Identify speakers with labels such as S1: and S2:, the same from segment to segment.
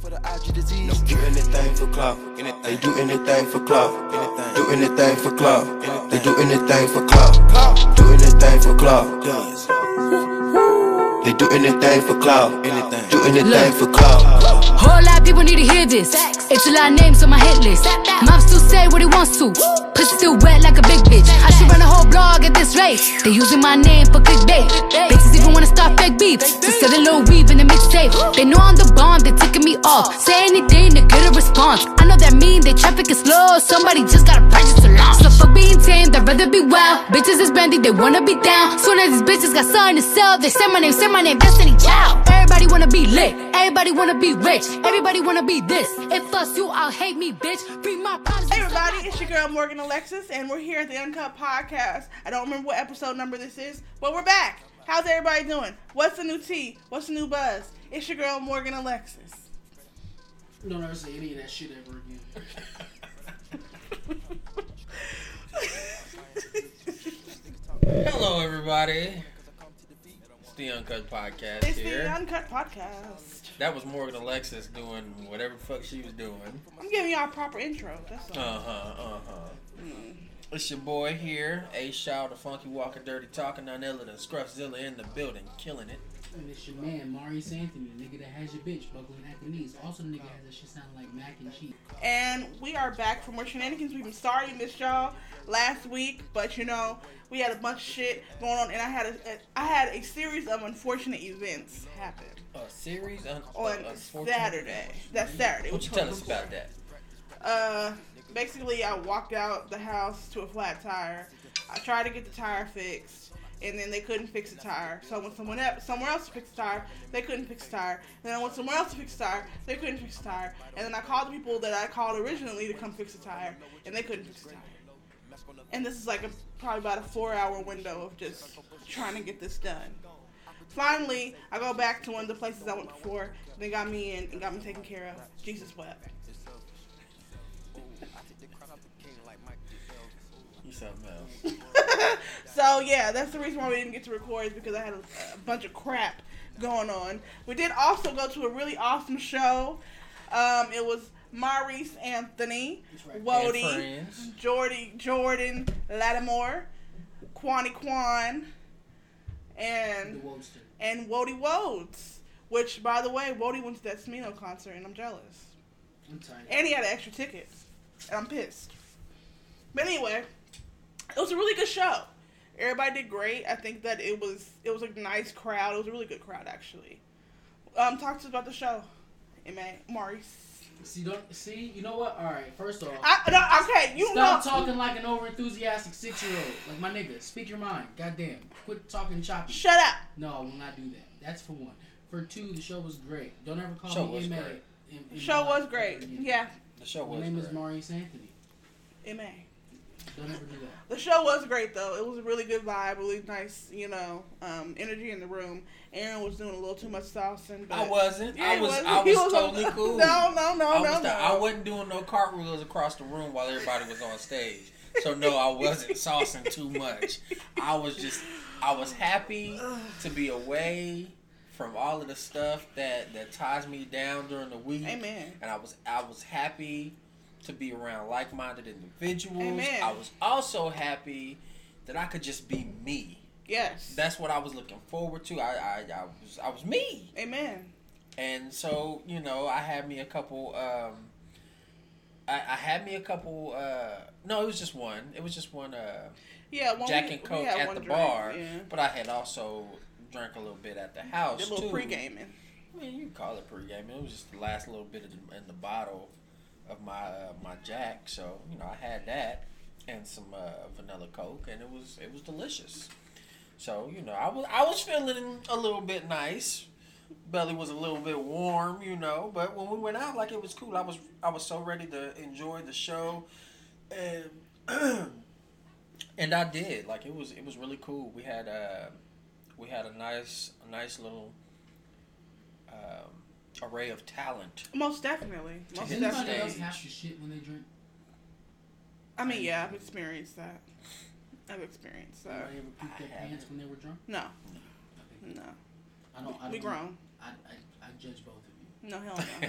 S1: for the IG disease.
S2: Do anything for clout. They do anything for clout. Do anything for clout. They do anything for clout. Do anything for clout. They do anything for clout. Do anything for clout.
S3: Whole lot of people need to hear this. It's a lot of names on my hit list. Mom still say what he wants to. Pussy still wet like a big bitch. I should run a whole blog at this rate. They using my name for clickbait. Bitches even wanna start fake beef. Just selling little weave in the mixtape. They know I'm the bomb, they ticking me off. Say anything to get a response. I know that mean they traffic is slow. Somebody just gotta practice a lot. So fuck being tame, they'd rather be wild. Bitches is brandy, they wanna be down. Soon as these bitches got something to sell, they say my name, say my name, Destiny Child. Everybody wanna be lit. Everybody wanna be rich. Everybody wanna be this. If us you, I'll hate me, bitch. Bring my problems.
S4: Hey everybody, it's your girl Morgan Alexis, and we're here at the Uncut Podcast. I don't remember what episode number this is, but we're back. How's everybody doing? What's the new tea? What's the new buzz? It's your girl Morgan Alexis.
S5: Don't ever say any of that shit ever again.
S6: Hello, everybody. It's the Uncut Podcast
S4: It's
S6: here.
S4: the Uncut Podcast.
S6: that was Morgan Alexis doing whatever the fuck she was doing.
S4: I'm giving y'all a proper intro. That's all.
S6: Uh huh, uh huh. It's your boy here, A Shaw, the Funky Walker, Dirty Talking, Nonella, the Scruffzilla in the building, killing it.
S5: And it's your man, Marius Anthony, the nigga that has your bitch buckling at the knees. Also, the nigga has that shit sounding like mac and cheese.
S4: And we are back for more shenanigans. We've been sorry we missed y'all last week, but you know we had a bunch of shit going on, and I had a, a I had a series of unfortunate events happen
S6: A series un-
S4: on
S6: unfortunate-
S4: Saturday. That's Saturday.
S6: What you tell us about that?
S4: Uh, basically, I walked out the house to a flat tire. I tried to get the tire fixed, and then they couldn't fix the tire. So I went someone else, somewhere else to fix the tire. They couldn't fix the tire. Then I went somewhere else to fix the tire. They couldn't fix the tire. And then I called the people that I called originally to come fix the tire, and they couldn't fix the tire. And this is like a, probably about a four-hour window of just trying to get this done. Finally, I go back to one of the places I went before. They got me in and got me taken care of. Jesus wept.
S6: You something else.
S4: So yeah, that's the reason why we didn't get to record is because I had a, a bunch of crap going on. We did also go to a really awesome show. Um, it was Maurice Anthony,
S5: right.
S6: And
S4: Wody,
S6: friends.
S4: Jordy, Jordan Lattimore, Kwani Kwan,
S5: The
S4: and
S5: Wokester.
S4: and Wody Wodes. Which, by the way, Wody went to that Smino concert, and I'm jealous.
S5: I'm tired.
S4: And he had an extra ticket. And I'm pissed. But anyway, it was a really good show. Everybody did great. I think that it was it was a nice crowd. It was a really good crowd actually. Um, talk to us about the show, Amen. Maurice.
S5: See, don't see. You know what? All right. First off,
S4: I no, okay, you
S5: stop
S4: know.
S5: talking like an overenthusiastic six-year-old. Like my nigga, speak your mind. Goddamn. Quit talking choppy.
S4: Shut up.
S5: no, I will not do that. That's for one. For two, the show was great. Don't ever call
S6: Show
S5: me
S6: was
S5: MA.
S6: great.
S5: in- in
S4: The
S5: my
S4: show
S5: life
S4: was great.
S5: ever again.
S4: Yeah,
S6: The show
S5: My
S6: was
S5: name is
S6: great.
S5: Marius Anthony.
S4: Amen.
S5: Don't ever do that.
S4: The show was great though. It was a really good vibe, really nice, you know, um, energy in the room. Aaron was doing a little too much saucing. But
S6: I wasn't.
S4: Yeah,
S6: I
S4: he
S6: was.
S4: wasn't.
S6: I
S4: He
S6: was, totally cool.
S4: No, no, no, no,
S6: I, was
S4: no.
S6: not- I wasn't doing no cartwheels across the room while everybody was on stage. So no, I wasn't saucing too much. I was just I was happy to be away from all of the stuff that that ties me down during the week.
S4: Amen.
S6: And I was I was happy to be around like-minded individuals.
S4: Amen.
S6: I was also happy that I could just be me.
S4: Yes.
S6: That's what I was looking forward to. I I, I was I was me.
S4: Amen.
S6: And so, you know, I had me a couple. Um, I, I had me a couple. Uh, no, it was just one. It was just one uh,
S4: Yeah, one
S6: Jack
S4: we-
S6: and
S4: we
S6: Coke
S4: had
S6: at
S4: one
S6: the
S4: drink,
S6: bar.
S4: Yeah.
S6: But I had also drank a little bit at the
S4: A
S6: house
S4: little
S6: too.
S4: pre-gaming.
S6: I mean, you can call it pre-gaming. It was just the last little bit of the, in the bottle of my uh, my Jack. So you know, I had that and some uh, vanilla Coke, and it was it was delicious. So you know, I was I was feeling a little bit nice. Belly was a little bit warm, you know. But when we went out, like it was cool. I was I was so ready to enjoy the show, and and I did. Like it was it was really cool. We had uh, we had a nice a nice little um, array of talent.
S4: Most definitely. Most
S6: hit
S5: Does anybody
S4: definitely.
S5: else
S6: stage.
S5: have to shit when they drink?
S4: I mean, yeah, I've experienced that. I've experienced that.
S5: Anybody ever pooped their
S6: I haven't.
S5: pants when they were drunk?
S4: No,
S5: Okay.
S4: no.
S5: I don't. I
S4: We
S5: don't-
S4: grown.
S5: I, I, I judge both of you.
S4: Oh, No, hell no.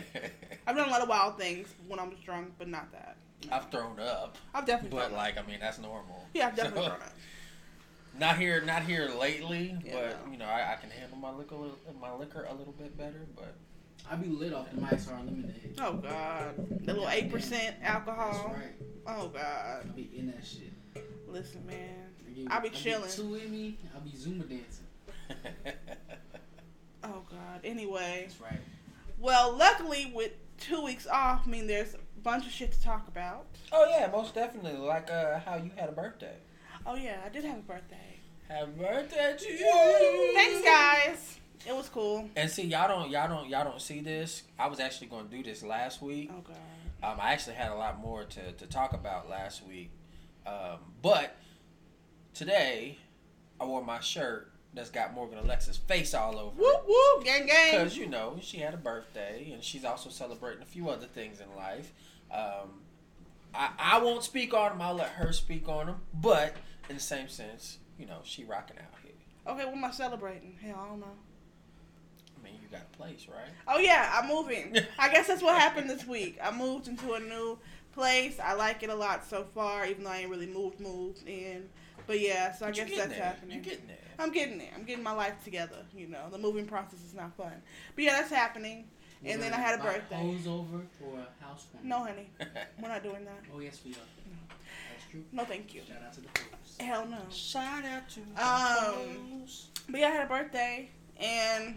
S4: I've done a lot of wild things when I'm just drunk, but not that.
S6: I've thrown up,
S4: I've definitely.
S6: but
S4: done
S6: like I mean that's normal.
S4: that. yeah, I've definitely
S6: So,
S4: done it.
S6: Not here, not here lately,
S4: Yeah,
S6: but
S4: no.
S6: you know I, I can handle my liquor, my liquor a little bit better. But
S5: I be lit off the Mysar Lemonade.
S4: Oh God, the little eight percent
S5: That's
S4: alcohol.
S5: right.
S4: Oh
S5: I
S4: God,
S5: be in that shit.
S4: listen, man.
S5: I get-
S4: I be
S5: I
S4: chilling.
S5: Two in me. I be Zumba dancing.
S4: Oh God. Anyway,
S5: That's right.
S4: well, luckily with two weeks off, I mean, there's a bunch of shit to talk about.
S6: oh yeah, most definitely. Like uh, how you had a birthday.
S4: Oh yeah, I did have a birthday.
S6: Happy birthday to you.
S4: Thanks, guys. It was cool.
S6: And see, y'all don't, y'all don't, y'all don't see this. I was actually going to do this last week.
S4: Oh God.
S6: Um, I actually had a lot more to, to talk about last week. Um, but today, I wore my shirt that's got Morgan Alexa's face all over it.
S4: Whoop whoop, gang gang.
S6: Because, you know, she had a birthday and she's also celebrating a few other things in life. Um, I, I won't speak on them, I'll let her speak on them. But in the same sense, you know, she rocking out here.
S4: Okay, what am I celebrating? Hell, I don't know.
S6: I mean, you got a place, right?
S4: Oh yeah, I'm moving. I guess that's what happened this week. I moved into a new place. I like it a lot so far, even though I ain't really moved moved in. But yeah, so I
S6: But you
S4: guess
S6: getting
S4: that's
S6: there.
S4: happening.
S6: You getting there?
S4: I'm getting there. I'm getting my life together. You know, the moving process is not fun. But yeah, that's happening. And then I had a
S5: Buy
S4: birthday.
S5: Hoes over for a housewarming.
S4: No, honey, we're not doing that.
S5: Oh yes, we are. That's true.
S4: No, thank you.
S5: Shout out to the hoes.
S4: Hell no.
S6: Shout out to
S4: Um, But yeah, I had a birthday, and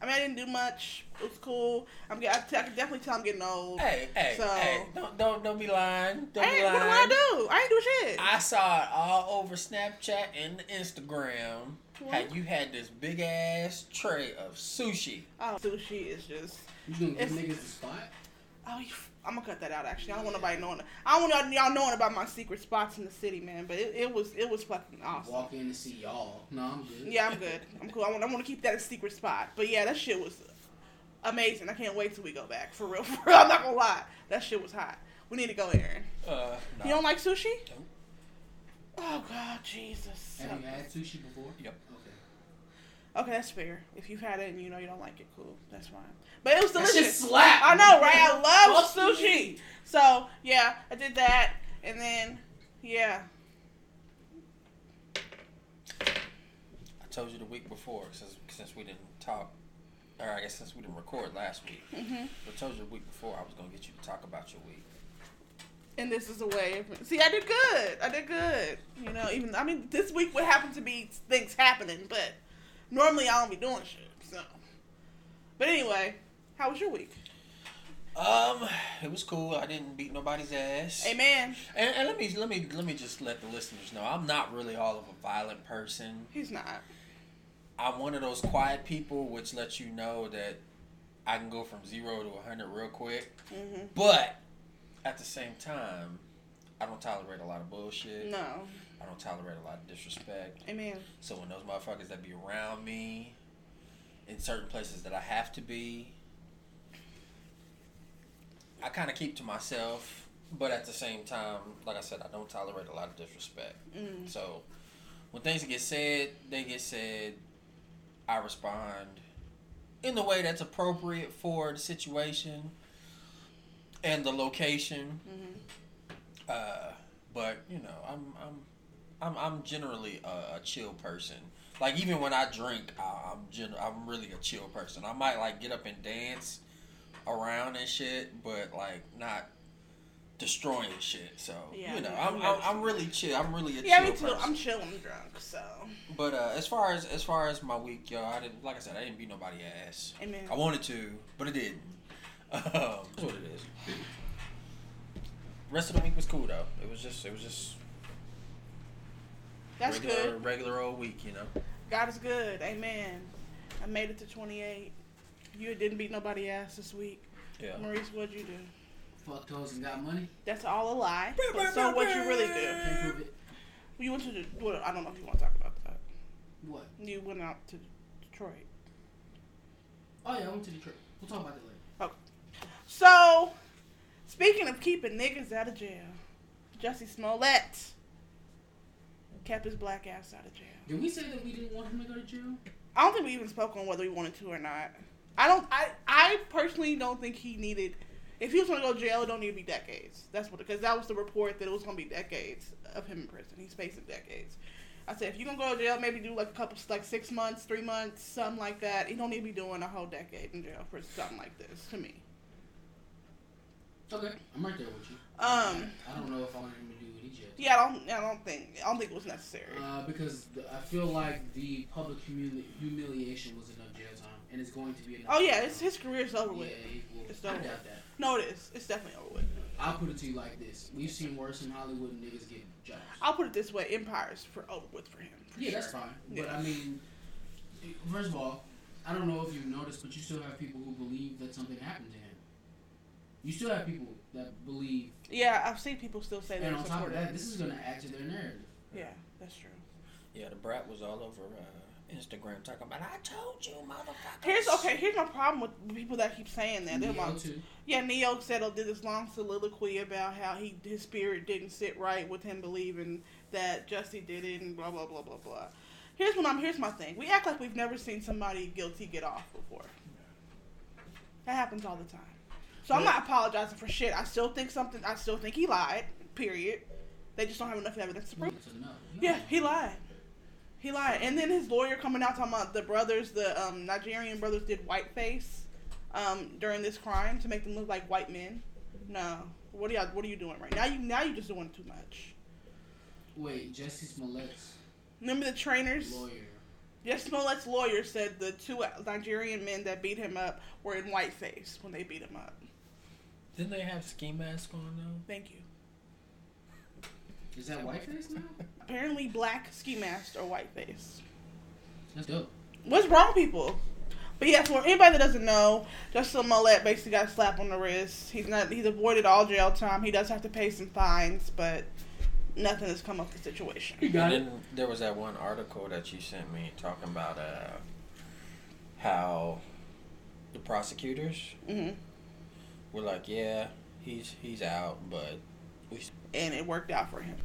S4: I mean, I didn't do much. It was cool. I'm. get- I t- I can definitely tell I'm getting old.
S6: Hey, hey,
S4: So-
S6: hey! Don't, don't, don't be lying. Don't
S4: Hey,
S6: be lying.
S4: what do I do? I ain't do shit.
S6: I saw it all over Snapchat and Instagram. How
S4: What?
S6: you had this big ass tray of sushi.
S4: Oh, sushi is just.
S5: You gonna give
S4: It's-
S5: niggas the spot?
S4: Oh, you, I'm gonna cut that out. Actually, I don't want nobody knowing. I don't want y'all knowing about my secret spots in the city, man. But it, it was it was fucking awesome.
S5: Walk in to see y'all. No, I'm good.
S4: Yeah, I'm good. I'm cool. I want I want to keep that a secret spot. But yeah, that shit was amazing. I can't wait till we go back for real. For real, I'm not gonna lie. That shit was hot. We need to go, Aaron.
S6: Uh, no.
S4: You don't like sushi?
S6: Nope.
S4: Oh God, Jesus.
S5: Have you had sushi before?
S6: Yep.
S5: Okay.
S4: Okay, that's fair. If you've had it and you know you don't like it, cool. That's fine. But it was
S5: That shit
S4: delicious.
S5: slap.
S4: I know, right? I love
S5: Fuck
S4: sushi. So yeah, I did that, and then yeah.
S6: I told you the week before, since since we didn't talk, or I guess since we didn't record last week.
S4: Mhm.
S6: I told you the week before I was gonna get you to talk about your week.
S4: And this is a way. Of, see, I did good. I did good. You know, even I mean, this week would happen to be things happening, but normally I don't be doing shit. So, but anyway, how was your week?
S6: Um, it was cool. I didn't beat nobody's ass.
S4: Amen.
S6: And, and let me let me let me just let the listeners know I'm not really all of a violent person.
S4: He's not.
S6: I'm one of those quiet people, which lets you know that I can go from zero to 100 real quick.
S4: hmm
S6: But at the same time, I don't tolerate a lot of bullshit.
S4: No.
S6: I don't tolerate a lot of disrespect.
S4: Amen.
S6: So when those motherfuckers that be around me in certain places that I have to be, I kind of keep to myself. But at the same time, like I said, I don't tolerate a lot of disrespect.
S4: Mm.
S6: So when things get said, they get said. I respond in the way that's appropriate for the situation and the location.
S4: Mm-hmm.
S6: Uh, but you know, I'm I'm I'm, I'm generally a, a chill person. Like even when I drink, I, I'm gen- I'm really a chill person. I might like get up and dance around and shit, but like not destroying shit. So
S4: Yeah,
S6: you know,
S4: I
S6: I'm,
S4: mean,
S6: I'm I'm really chill. I'm really a
S4: Yeah,
S6: chill
S4: me too.
S6: person.
S4: I'm chill. I'm drunk. So,
S6: But uh, as far as as far as my week, yo, I didn't like I said I didn't beat nobody ass.
S4: amen.
S6: I wanted to, but I didn't. Um, that's what it is. Rest of the week was cool though. It was just it was just
S4: That's
S6: regular
S4: good.
S6: regular old week, you know.
S4: God is good. Amen. I made it to 28. You didn't beat nobody ass this week.
S6: Yeah.
S4: Maurice, what'd you do?
S5: Fucked hoes and got money.
S4: That's all a lie. But so what'd you really do?
S5: Can't prove it.
S4: You went to the, well, I don't know if you want to talk about that.
S5: What?
S4: You went out to Detroit.
S5: Oh yeah, I went to Detroit. We'll talk about that later.
S4: So, speaking of keeping niggas out of jail, Jussie Smollett kept his black ass out of jail.
S5: Did we say that we didn't want him to go to jail?
S4: I don't think we even spoke on whether we wanted to or not. I don't. I I personally don't think he needed If he was going to go to jail, it don't need to be decades. That's what because that was the report that it was going to be decades of him in prison. He's facing decades. I said if you're gonna go to jail, maybe do like a couple like six months, three months, something like that. You don't need to be doing a whole decade in jail for something like this. To me,
S5: Okay, I'm right there with you.
S4: um,
S5: I don't know if I want him to do any jail.
S4: yeah, I don't, I don't think, I don't think it was necessary.
S5: Uh, because the, I feel like the public humili- humiliation was enough jail time, and it's going to be enough.
S4: Oh yeah, his his career's over
S5: Yeah,
S4: with.
S5: it will.
S4: It's
S5: I
S4: over.
S5: doubt that.
S4: No, it is. It's definitely over with.
S5: I'll put it to you like this: We've seen worse in Hollywood and niggas get jobs.
S4: I'll put it this way: Empire's for over with for him. Oh, for
S5: yeah,
S4: sure.
S5: that's fine. But
S4: Yeah.
S5: I mean, first of all, I don't know if you've noticed, but you still have people who believe that something happened to him. You still have people that believe,
S4: Yeah, I've seen people still say
S5: and
S4: they're
S5: on top of
S4: supportive.
S5: that, this is going to add to their narrative.
S4: yeah, that's true.
S6: Yeah, the brat was all over uh, Instagram talking about, I told you, motherfucker.
S4: Here's okay. Here's my problem with people that keep saying that. They're
S5: Neo
S4: like,
S5: too.
S4: yeah, Neo said oh, did this long soliloquy about how he his spirit didn't sit right with him believing that Jussie did it and blah blah blah blah blah. Here's what I'm. Here's my thing. We act like we've never seen somebody guilty get off before. That happens all the time. So I'm not apologizing for shit. I still think something. I still think he lied. Period. They just don't have enough evidence to prove. it.
S5: So no, no.
S4: Yeah, he lied. He lied. And then his lawyer coming out talking about the brothers, the um, Nigerian brothers did whiteface um, during this crime to make them look like white men. No. What are y'all what are you doing right now? You now you just doing too much.
S5: Wait, Jesse Smollett's
S4: Remember the trainers?
S5: lawyer.
S4: Yes, Smollett's lawyer said the two Nigerian men that beat him up were in whiteface when they beat him up.
S6: Didn't they have ski mask on though?
S4: Thank you.
S5: Is that whiteface now?
S4: Apparently black ski masks are whiteface.
S5: That's dope.
S4: What's wrong, with people? But yeah, for anybody that doesn't know, Justin Mollett basically got a slap on the wrist. He's not he's avoided all jail time. He does have to pay some fines, but nothing has come up the situation.
S6: And then there was that one article that you sent me talking about uh, how the prosecutors
S4: hmm
S6: were like, yeah, he's he's out, but we s-
S4: And it worked out for him.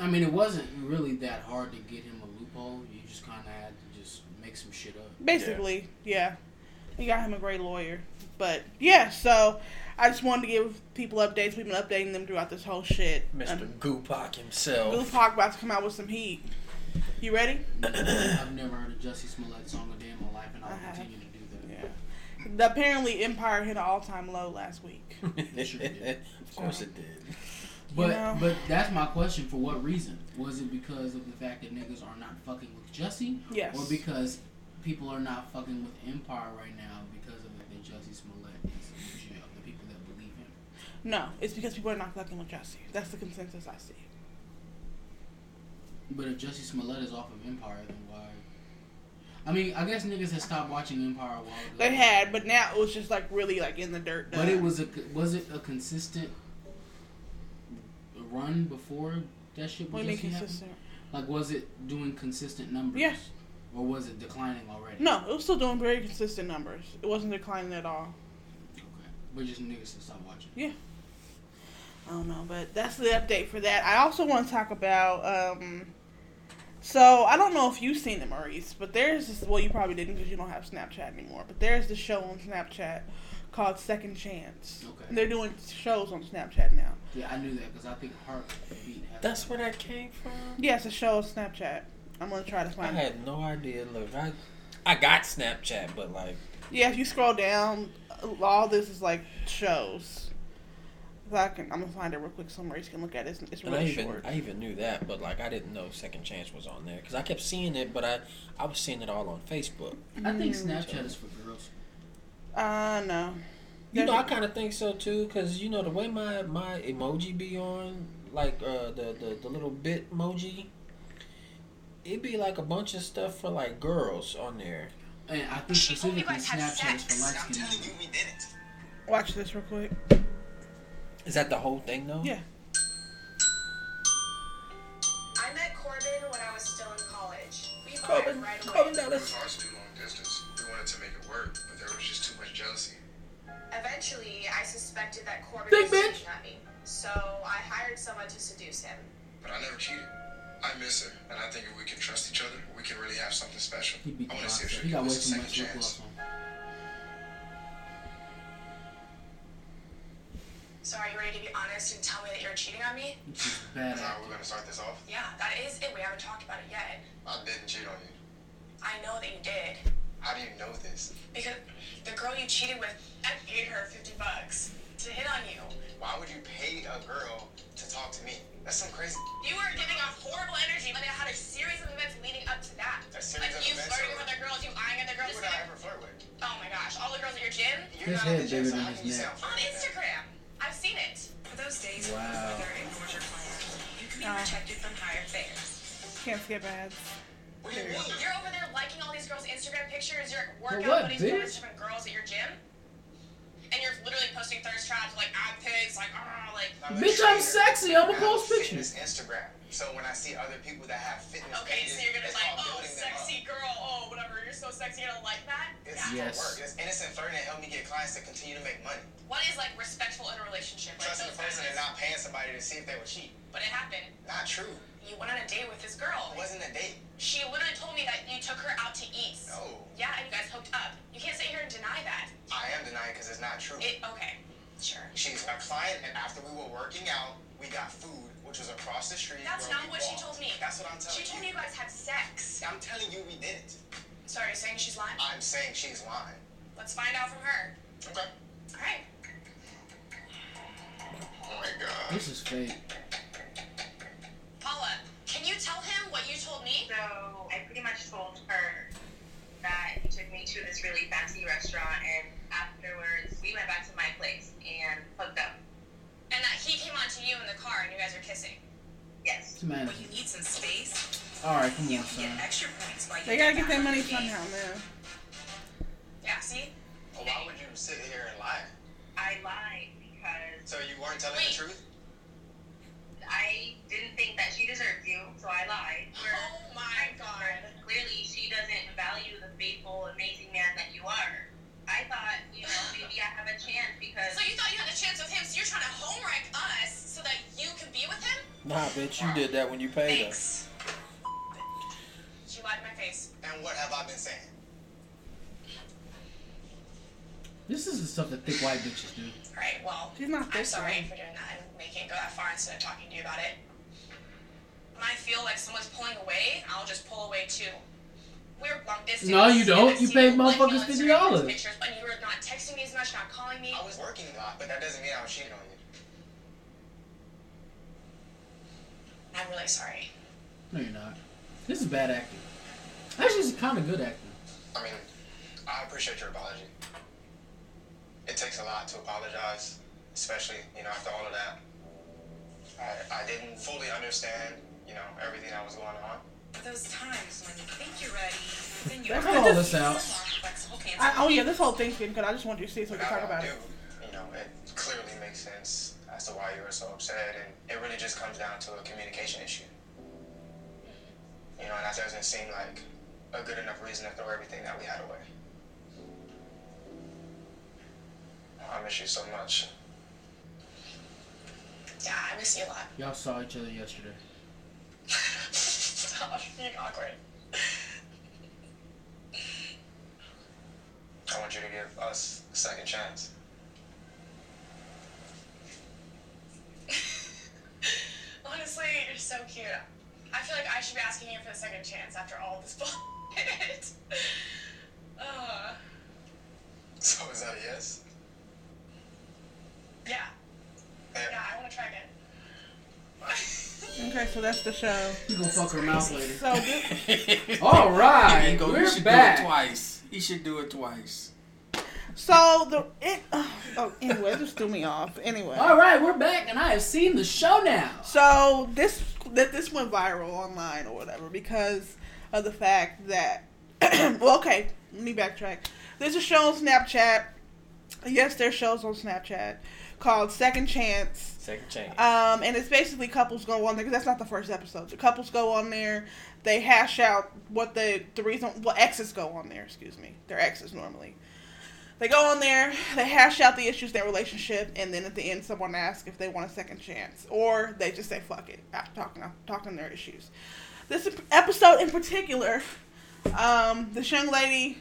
S5: I mean, it wasn't really that hard to get him a loophole. You just kind of had to just make some shit up.
S4: Basically, yeah. He got him a great lawyer. But yeah, so I just wanted to give people updates. We've been updating them throughout this whole shit.
S6: Mr.
S4: Um,
S6: Gupak himself.
S4: Lil Pac about to come out with some heat. You ready?
S5: I've never heard a Jussie Smollett song a day in my life, and I'll
S4: I have.
S5: continue to do that.
S4: Yeah. Apparently, Empire hit an all time low last week.
S6: of course it did.
S5: But
S4: know?
S5: but that's my question. For what reason? Was it because of the fact that niggas are not fucking with Jussie,
S4: Yes.
S5: or because people are not fucking with Empire right now because of that Jussie Smollett is in jail? The people that believe him.
S4: No, it's because people are not fucking with Jesse. That's the consensus I see.
S5: But if Jussie Smollett is off of Empire, then why? I mean, I guess niggas had stopped watching Empire a while ago.
S4: They had, but now it was just like really like in the dirt.
S5: But it was a was it a consistent run before that shit
S4: What
S5: was
S4: do you mean
S5: just happened?
S4: consistent?
S5: Like was it doing consistent numbers?
S4: Yeah.
S5: Or was it declining already?
S4: No, it was still doing very consistent numbers. It wasn't declining at all.
S5: Okay. But just niggas to stop watching.
S4: I don't know, but that's the update for that. I also want to talk about. um So I don't know if you've seen it, Maurice, but there's this. Well, you probably didn't because you don't have Snapchat anymore. But there's this show on Snapchat called Second Chance.
S5: Okay.
S4: And they're doing shows on Snapchat now.
S5: Yeah, I knew that because I think Heart beat half.
S6: That's where that came from.
S4: Yeah, it's a show on Snapchat. I'm gonna try to
S6: I
S4: find. it.
S6: had no idea. Look, I I got Snapchat, but like
S4: Yeah, if you scroll down, all this is like shows. If I can, I'm gonna find it real quick. so you can look at it. It's, it's
S6: And I
S4: really
S6: even
S4: short.
S6: I even knew that, but like I didn't know Second Chance was on there because I kept seeing it, but I I was seeing it all on Facebook.
S5: I think Snapchat is for girls.
S4: Uh no.
S6: You know, I
S4: There's-
S6: kind of think so too, because you know the way my my emoji be on, like uh, the the the little bit emoji, it be like a bunch of stuff for like girls on there.
S5: And I think specifically Snapchat is for light skinned women.
S4: Watch this real quick.
S6: Is that the whole thing though?
S4: Yeah.
S1: I met Corbin when I was still in college. We
S6: Corbin,
S1: vibed right away.
S6: Corbin Dallas.
S7: was ours too long distance. We wanted to make it work, but there was just too much jealousy.
S1: Eventually, I suspected that Corbin
S5: Big
S1: was
S5: bitch.
S1: cheating on me, so I hired someone to seduce him.
S7: But I never cheated. I miss her, and I think if we can trust each other, we can really have something special.
S5: He beat
S7: I
S5: the
S7: want to see if
S5: box.
S7: she
S5: He
S7: can
S5: got way
S7: give us a
S5: too
S7: second
S5: much lip gloss
S7: chance.
S5: on.
S1: So are you ready to be honest and tell me that you're cheating on me?
S5: Which is bad
S7: Is that how
S5: acting.
S7: we're gonna start this off?
S1: Yeah, that is it. We haven't talked about it yet.
S7: I didn't cheat on you.
S1: I know that you did.
S7: How do you know this?
S1: Because the girl you cheated with, I paid her 50 bucks to hit on you.
S7: Why would you pay a girl to talk to me? That's some crazy.
S1: You were giving off horrible energy, but it had a series of events leading up to that.
S7: A
S1: Like
S7: series of
S1: you
S7: events
S1: flirting with
S7: or-
S1: other girls, you eyeing other
S7: Who
S1: girls.
S7: would I ever flirt with?
S1: Oh my gosh, all the girls at your gym?
S7: You're
S5: His
S7: not at the
S5: head
S7: gym,
S5: bigger
S7: so
S5: than
S7: how
S5: his
S7: can you say
S5: neck.
S7: I'm
S1: On
S7: flirting with that?
S1: Instagram. I've seen it. Those days
S6: Wow.
S1: and what was your plan? You can be
S4: Uh.
S1: protected from higher fares.
S4: Can't skip ads.
S7: What do you mean?
S1: You're over there liking all these girls' Instagram pictures, you're at workout
S5: what,
S1: putting towards
S5: bitch?
S1: different girls at your gym. And you're literally posting thirst traps like ad pics, like ah, like
S5: Bitch, I'm sexy. I'm a
S7: I
S5: post
S7: have a
S5: pictures.
S7: fitness Instagram. So when I see other people that have fitness,
S1: Okay,
S7: pages,
S1: so you're gonna
S7: it's
S1: like,
S7: all
S1: oh,
S7: building them up.
S1: sexy girl, oh, whatever, you're so sexy, you're gonna like that?
S7: It's
S1: Yeah.
S5: Yeah. Yes.
S7: yes. work. It's innocent flirting that helped me get clients to continue to make money.
S1: What is like respectful in a relationship? Like
S7: Trusting
S1: those
S7: the person and
S1: guys.
S7: not paying somebody to see if they were cheap.
S1: But it happened.
S7: Not true.
S1: You went on a date with this girl.
S7: It wasn't a date.
S1: She literally told me that you took her out to eat.
S7: No.
S1: Yeah, and you guys hooked up. You can't sit here and deny that.
S7: I am denying because it's not true.
S1: It okay. Sure.
S7: She's my client, and after we were working out, we got food, which was across the street.
S1: That's
S7: where
S1: not
S7: we
S1: what she
S7: walked.
S1: told me.
S7: That's what I'm telling
S1: She told me
S7: you.
S1: you guys had sex.
S7: I'm telling you, we didn't.
S1: Sorry, you're saying she's lying?
S7: I'm saying she's lying.
S1: Let's find out from her.
S7: Okay.
S1: Alright.
S7: Oh my god.
S5: This is fake.
S1: Paula, can you tell him what you told me?
S8: So I pretty much told her that he took me to this really fancy restaurant, and afterwards we went back to my place and hooked up.
S1: And that he came onto you in the car and you guys were kissing.
S8: Yes.
S5: It's mad.
S8: need some space,
S5: Alright, come on, son.
S8: extra points by
S4: They gotta get that money somehow, man.
S1: Yeah, see?
S7: Well, why would you sit here and lie?
S8: I lied because
S7: So you weren't telling
S1: Wait.
S7: the truth?
S8: I didn't think that she deserved you, so I lied.
S1: Oh my god.
S8: Clearly, she doesn't value the faithful, amazing man that you are. I thought, you know, maybe I have a chance because
S1: So you thought you had a chance with him, so you're trying to homewreck us so that you could be with him?
S6: Nah, bitch, you did that when you paid us.
S1: Thanks. She lied in my face.
S7: And what have I been saying?
S5: This is the stuff that thick white bitches do.
S1: Alright, well,
S4: She's not
S1: I'm
S4: thick,
S1: sorry
S4: though.
S1: for doing that and making it go that far instead of talking to you about it. When I feel like someone's pulling away, I'll just pull away too. We're long distance.
S5: No, you don't.
S1: I've
S5: You
S1: seen
S5: paid
S1: people like me on
S5: motherfuckers
S1: Instagram
S5: $50.
S1: with Pictures, but you were not texting me as much, not calling me.
S7: I was working a lot, but that doesn't mean I was cheating on you.
S1: I'm really sorry.
S5: No, you're not. This is bad acting. Actually, it's kind of good acting.
S7: I mean, I appreciate your apology. It takes a lot to apologize, especially, you know, after all of that. I, I didn't fully understand, you know, everything that was going on.
S8: those times when you think you're ready, then you
S4: That's
S5: Cut all this out.
S4: I, oh yeah, this whole thing's getting good. I just wanted to see so we
S7: But
S4: can talk
S7: I
S4: about
S7: do,
S4: it.
S7: you know, it clearly makes sense as to why you were so upset, and it really just comes down to a communication issue. You know, and that doesn't seem like a good enough reason to throw everything that we had away. I miss you so much.
S1: Yeah, I miss you a lot.
S5: Y'all saw each other yesterday.
S1: Stop being awkward.
S7: I want you to give us a second chance.
S1: Honestly, you're so cute. I feel like I should be asking you for the second chance after all this bullshit. uh,
S7: So is that a yes?
S1: yeah,
S7: And
S1: yeah, I want to try again.
S4: Okay, so that's the show.
S5: You gonna fuck her mouth later.
S4: So this,
S6: He
S5: Alright,
S6: go- he
S5: we're
S6: should do it
S5: back.
S6: twice. He should do it twice.
S4: so the it. Oh, anyway, this threw me off. Anyway.
S5: Alright, we're back, and I have seen the show now.
S4: So this that this went viral online or whatever because of the fact that well okay let me backtrack. There's a show on Snapchat. Yes, there's shows on Snapchat called Second Chance.
S6: Second chance.
S4: Um, and it's basically couples go on there because that's not the first episode. The couples go on there, they hash out what the the reason. Well, exes go on there. Excuse me, they're exes normally. They go on there, they hash out the issues in their relationship, and then at the end, someone asks if they want a second chance, or they just say "fuck it" after talking talking their issues. This episode in particular, um, this young lady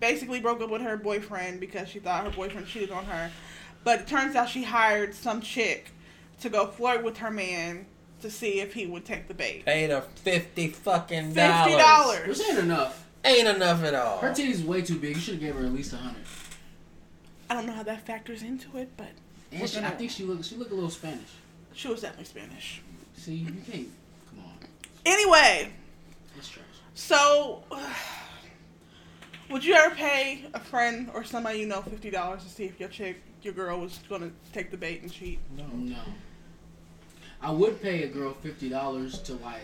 S4: basically broke up with her boyfriend because she thought her boyfriend cheated on her. But it turns out she hired some chick to go flirt with her man to see if he would take the bait.
S6: Paid her fifty fucking dollars.
S4: Fifty
S5: Which
S4: dollars.
S5: ain't enough.
S6: Ain't enough at all.
S5: Her titty's way too big. You should have gave her at least a hundred.
S4: I don't know how that factors into it, but
S5: And she, I think she looked. She looked a little Spanish.
S4: she was definitely Spanish.
S5: See, you can't. Come on.
S4: Anyway,
S5: That's trash.
S4: so would you ever pay a friend or somebody you know fifty dollars to see if your chick, your girl, was gonna take the bait and cheat?
S5: No. I would pay a girl fifty dollars to like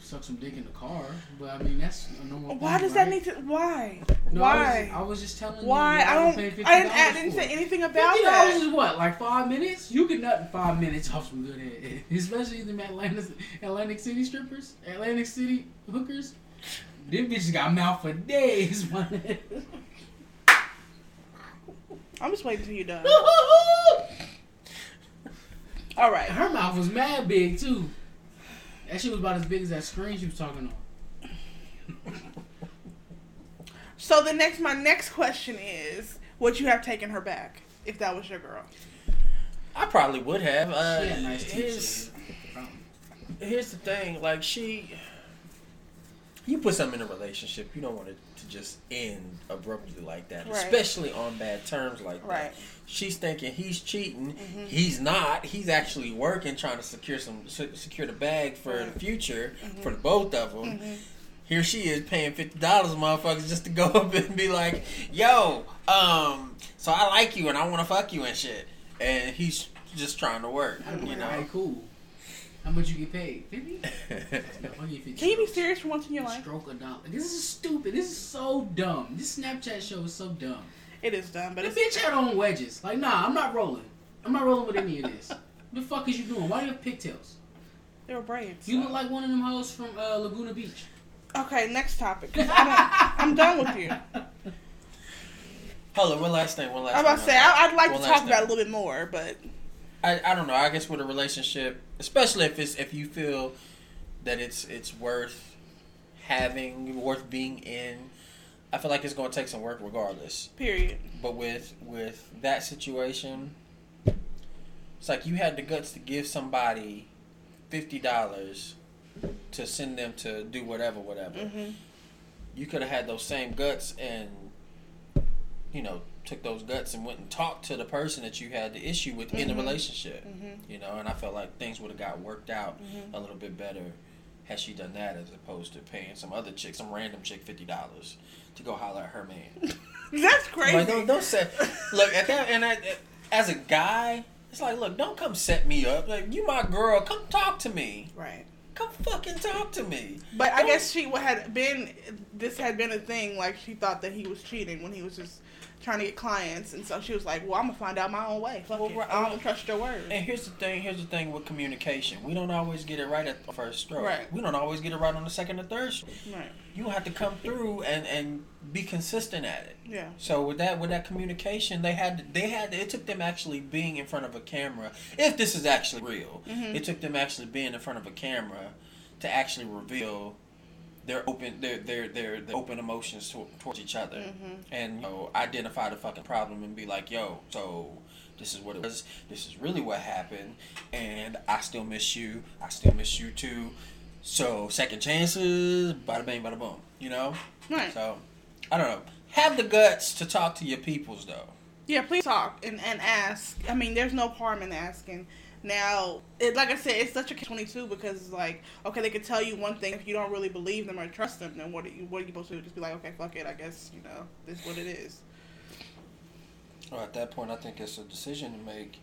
S5: suck some dick in the car, but I mean that's a normal.
S4: Why
S5: thing,
S4: does that
S5: right?
S4: need to? Why?
S5: No, I was,
S4: why?
S5: I was just telling
S4: Why?
S5: you.
S4: I don't. I didn't. I didn't say anything about
S5: Fifty dollars
S4: that.
S5: is what, like five minutes? You can nut in five minutes off some good head, especially them Atlanta, Atlantic City strippers, Atlantic City hookers. Them bitches got mouth for days, man.
S4: I'm just waiting till you're done. All right.
S5: Her mouth was mad big too. That shit was about as big as that screen she was talking on.
S4: So the next, my next question is, would you have taken her back if that was your girl?
S6: I probably would have. Uh,
S5: She had nice teeth.
S6: here's,
S5: so
S6: here's the thing, like she, you put something in a relationship, you don't want it to just end abruptly like that,
S4: Right.
S6: especially on bad terms like
S4: Right. Mm-hmm.
S6: that. She's thinking he's cheating, he's not. He's actually working, trying to secure some se- secure the bag for
S4: Mm-hmm.
S6: the future for the both of them. Here she is paying fifty dollars, motherfuckers, just to go up and be like, "Yo, um, so I like you and I want to fuck you and shit," and he's just trying to work,
S5: I'd be
S6: you
S5: like,
S6: know.
S5: alright, cool. How much you get paid? Fifty? No, I'll give you
S4: Can you be
S5: $50.
S4: serious for once in your life?
S5: Stroke a dollar. This is stupid. This is so dumb. This Snapchat show is so dumb.
S4: It is done, but
S5: The
S4: it's
S5: bitch had on wedges. Like, nah, I'm not rolling. I'm not rolling with any of this. the fuck is you doing? Why do you have pigtails?
S4: they were braids.
S5: You look like one of them hoes from uh, Laguna Beach.
S4: Okay, next topic. 'cause I don't, I'm done with you.
S6: Hold on, one last thing. One last.
S4: I'm about to
S6: thing,
S4: say
S6: one last-
S4: I, I'd like
S6: one
S4: to
S6: last
S4: talk about it a
S6: thing.
S4: little bit more, but
S6: I, I don't know. I guess with a relationship, especially if it's if you feel that it's it's worth having, worth being in, I feel like it's going to take some work regardless.
S4: period.
S6: But with with that situation, it's like you had the guts to give somebody fifty dollars to send them to do whatever, whatever. You could have had those same guts and you know took those guts and went and talked to the person that you had the issue with in the relationship. You know, and I felt like things would have got worked out a little bit better had she done that as opposed to paying some other chick, some random chick, fifty dollars to go holler at her man.
S4: That's crazy.
S6: Like, don't, don't set. Look at that, and I, as a guy, it's like, look, don't come set me up. Like, you my girl, come talk to me.
S4: right.
S6: Come fucking talk to me.
S4: But I
S6: Don't-
S4: guess she had been. This had been a thing. Like she thought that he was cheating when he was just trying to get clients, and so she was like, "Well, I'm gonna find out my own way. Fuck
S6: Well,
S4: it.
S6: right.
S4: I don't trust your word."
S6: And here's the thing. Here's the thing with communication. We don't always get it right at the first stroke.
S4: Right.
S6: We don't always get it right on the second or third. Stroke.
S4: Right.
S6: You have to come through and and be consistent at it.
S4: Yeah.
S6: So with that with that communication, they had to, they had to, it took them actually being in front of a camera. If this is actually real,
S4: Mm-hmm.
S6: it took them actually being in front of a camera to actually reveal their open their their their, their open emotions to, towards each other and you know, identify the fucking problem and be like, yo, so. This is what it was. This is really what happened, and I still miss you. I still miss you too. So second chances, bada bang, bada boom. You know.
S4: Right.
S6: So I don't know. Have the guts to talk to your peoples though.
S4: Yeah, please talk and, and ask. I mean, there's no harm in asking. Now, it, like I said, it's such a twenty-two because it's like, okay, they could tell you one thing if you don't really believe them or trust them, then what are you what are you supposed to do? Just be like, okay, fuck it, I guess you know this is what it is.
S6: Well, at that point, I think it's a decision to make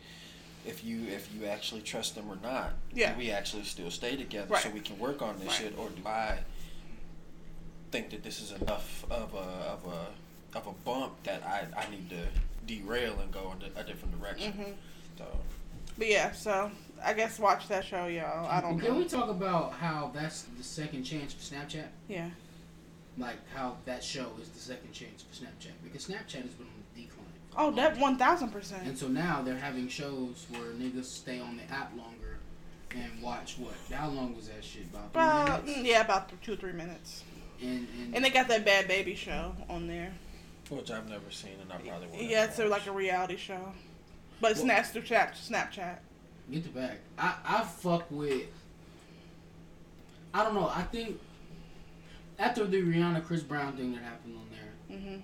S6: if you if you actually trust them or not.
S4: Yeah.
S6: Do we actually still stay together so
S4: Right.
S6: we can work on this
S4: Right.
S6: shit, or do I think that this is enough of a of a of a bump that I I need to derail and go in a different direction?
S4: Mm-hmm.
S6: So
S4: But yeah, so I guess watch that show, y'all. I don't
S5: Can
S4: know.
S5: we talk about how that's the second chance for Snapchat?
S4: Yeah,
S5: Like how that show is the second chance for Snapchat because Snapchat has been on the decline. for a
S4: Oh,
S5: long
S4: that
S5: time.
S4: one thousand percent.
S5: And so now they're having shows where niggas stay on the app longer and watch what? How long was that shit? About three
S4: Well, mm,
S5: minutes.
S4: yeah, about th- two or three minutes.
S5: And and,
S4: And they got that bad baby show on there.
S6: which I've never seen and I probably will.
S4: Yeah, it's a, like a reality show. But Snapchat, Snapchat.
S5: Get the bag. I, I fuck with. I don't know. I think after the Rihanna Chris Brown thing that happened on there,
S4: Mm-hmm.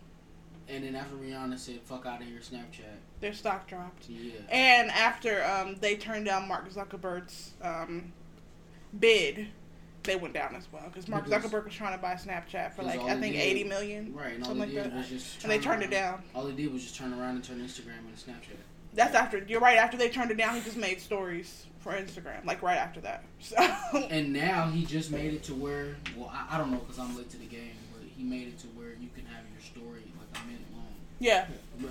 S5: and then after Rihanna said "fuck out of your Snapchat,"
S4: Their stock dropped.
S5: yeah,
S4: And after um, they turned down Mark Zuckerberg's um, bid, they went down as well because Mark
S5: Because-
S4: Zuckerberg was trying to buy Snapchat for
S5: because
S4: like
S5: all
S4: I
S5: they
S4: think
S5: did-
S4: eighty million,
S5: right. And all
S4: something
S5: they
S4: like
S5: did
S4: that.
S5: was just
S4: And they
S5: turn
S4: turned it
S5: around-
S4: down.
S5: All they did was just turn around and turn Instagram and Snapchat.
S4: That's after you're right. After they turned it down, he just made stories for Instagram, like right after that. So
S5: And now he just made it to where, well, I, I don't know because I'm late to the game, but he made it to where you can have your story like a minute long
S4: yeah,
S5: right, be-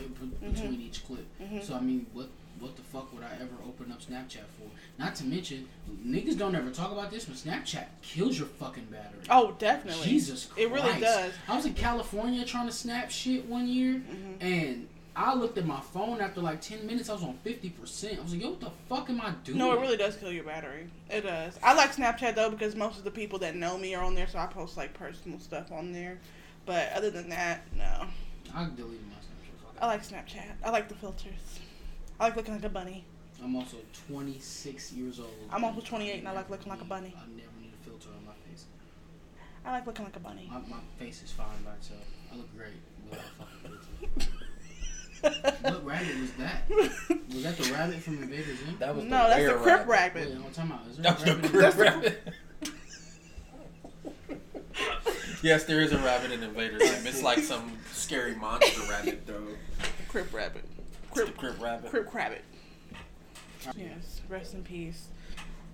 S4: Mm-hmm.
S5: between each clip.
S4: Mhm.
S5: So I mean, what what the fuck would I ever open up Snapchat for? Not to mention, niggas don't ever talk about this, but Snapchat kills your fucking battery.
S4: oh definitely.
S5: Jesus Christ!
S4: It really does.
S5: I was in California trying to snap shit one year,
S4: Mm-hmm.
S5: and I looked at my phone after like ten minutes. I was on fifty percent. I was like, "Yo, what the fuck am I doing?"
S4: No, it really does kill your battery. It does. I like Snapchat though because most of the people that know me are on there, so I post like personal stuff on there. But other than that, no.
S5: I deleted my Snapchat. Fuck
S4: I
S5: it.
S4: like Snapchat. I like the filters. I like looking like a bunny.
S5: I'm also 26 years old.
S4: I'm also 28 and I like looking like a bunny.
S5: I never need a filter on my face.
S4: I like looking like a bunny.
S5: My, my face is fine by itself. I look great without a fucking filter. what rabbit was that? Was that the rabbit from Invader Zim?
S6: That was
S4: no, that's
S6: were
S4: the crip
S5: Wait,
S4: rabbit.
S5: I'm talking about. Is there
S6: That was
S5: a
S6: the
S5: rabbit in-
S6: crib rabbit. yes, there is a rabbit in Invader Zim. It's like some scary monster rabbit, though.
S4: Crip rabbit.
S6: Crip,
S4: Crip
S6: the crib rabbit.
S4: Crip rabbit. Yes. Rest in peace.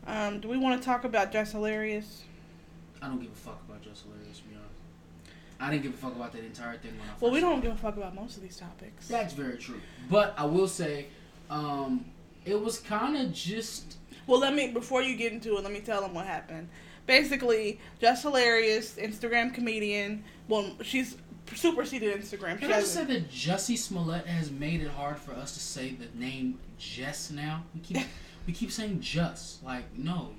S4: Um, do we want to talk about Just Hilarious?
S5: I don't give a fuck about Just Hilarious, to be honest. I didn't give a fuck about that entire thing when I
S4: Well, we
S5: first
S4: don't give a fuck about most of these topics.
S5: That's very true. But I will say, um, it was kind of just.
S4: Well, let me before you get into it, let me tell them what happened. Basically, just hilarious Instagram comedian. Well, she's superseded Instagram. She
S5: Can I just
S4: has
S5: say that Jussie Smollett has made it hard for us to say the name Jess now? We keep we keep saying Just. Like, no.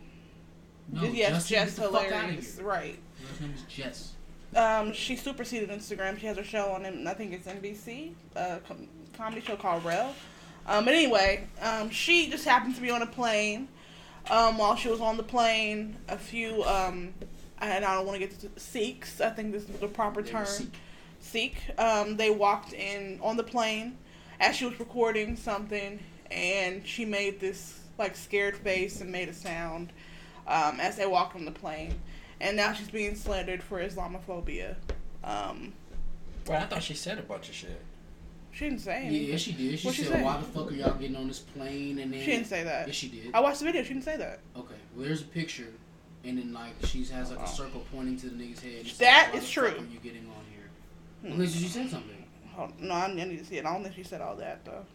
S5: No,
S4: yes, just
S5: Jussie, get the fuck outta
S4: hilarious.
S5: here.
S4: Right.
S5: Your name is Jess.
S4: Um, she superseded Instagram. She has a show on, I think it's NBC, a uh, com- comedy show called Rel. Um, but anyway, um, she just happened to be on a plane. Um, while she was on the plane, a few, um, and I don't want to get to Sikhs, I think this is the proper
S5: They were
S4: term.
S5: Sikh.
S4: Sikh. Um, they walked in on the plane as she was recording something, and she made this like scared face and made a sound um, as they walked on the plane. And now she's being slandered for Islamophobia. Um,
S6: Well, I thought she said a bunch of shit.
S4: she didn't say
S5: Yeah,
S4: anything.
S5: yeah, she did. She
S4: What'd she
S5: said,
S4: say?
S5: "Why the fuck are y'all getting on this plane?" And then
S4: She didn't say that.
S5: Yeah, she did.
S4: I watched the video. She didn't say that.
S5: Okay, well, there's a picture, and then like she has like
S4: Wow.
S5: a circle pointing to the nigga's head. and it's
S4: That
S5: like, why
S4: is
S5: the
S4: true. Hmm.
S5: fuck Are you getting on here? Unless you said something.
S4: Hold, Oh, no, I need to see it. I don't think she said all that though.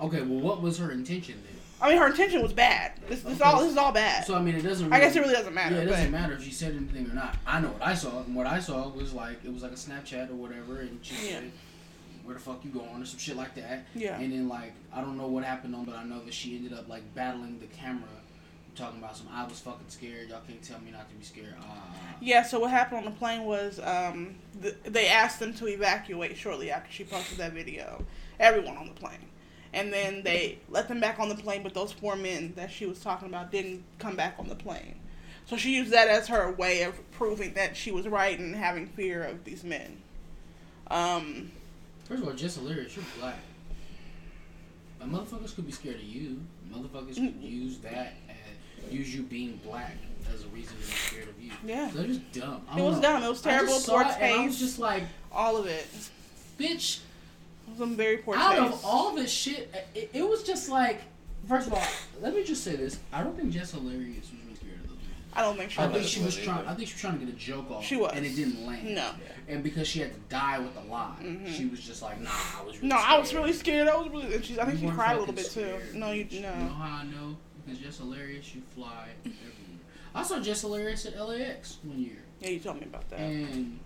S5: Okay, well, what was her intention then?
S4: I mean, her intention was bad. This, this all this is all bad.
S5: So I mean, it doesn't. Really,
S4: I guess it really doesn't matter.
S5: Yeah, it
S4: but-
S5: doesn't matter if she said anything or not. I know what I saw, and what I saw was like it was like a Snapchat or whatever, and she
S4: Yeah.
S5: said, "Where the fuck you going?" or some shit like that.
S4: Yeah.
S5: And then like I don't know what happened on, but I know that she ended up like battling the camera, talking about some. I was fucking scared. Y'all can't tell me not to be scared. Ah.
S4: Yeah, so what happened on the plane was um, th- they asked them to evacuate shortly after she posted that video. Everyone on the plane. And then they let them back on the plane, but those four men that she was talking about didn't come back on the plane. So she used that as her way of proving that she was right and having fear of these men. Um,
S5: First of all, just hilarious. You're black. But motherfuckers could be scared of you. Motherfuckers could use that as use you being black as a reason to be scared of you.
S4: Yeah.
S5: So they're just dumb. I
S4: It
S5: don't
S4: was
S5: know.
S4: dumb. It was
S5: I just
S4: terrible,
S5: saw
S4: poor
S5: it and I was
S4: taste.
S5: just like,
S4: all of it.
S5: bitch.
S4: It was a very poor
S5: out
S4: taste.
S5: of all the shit, it, it was just like. First of all, let me just say this. I don't think Jess hilarious was really scared of those men.
S4: I don't think she
S5: I
S4: was.
S5: think she was trying. I think she was trying to get a joke off.
S4: She was.
S5: and it didn't land.
S4: No. Mm-hmm.
S5: And because she had to die with a lie, she was just like, "Nah, I was." Really
S4: No, I was
S5: scared."
S4: really scared. I was really. And she, I think
S5: You
S4: she
S5: weren't
S4: cried a little
S5: fucking
S4: bit too.
S5: scared,
S4: No, you
S5: bitch. You know
S4: no.
S5: how I know? Because Just Hilarious, you fly everywhere. I saw Just Hilarious at LAX one year,
S4: Yeah, you told me about that.
S5: and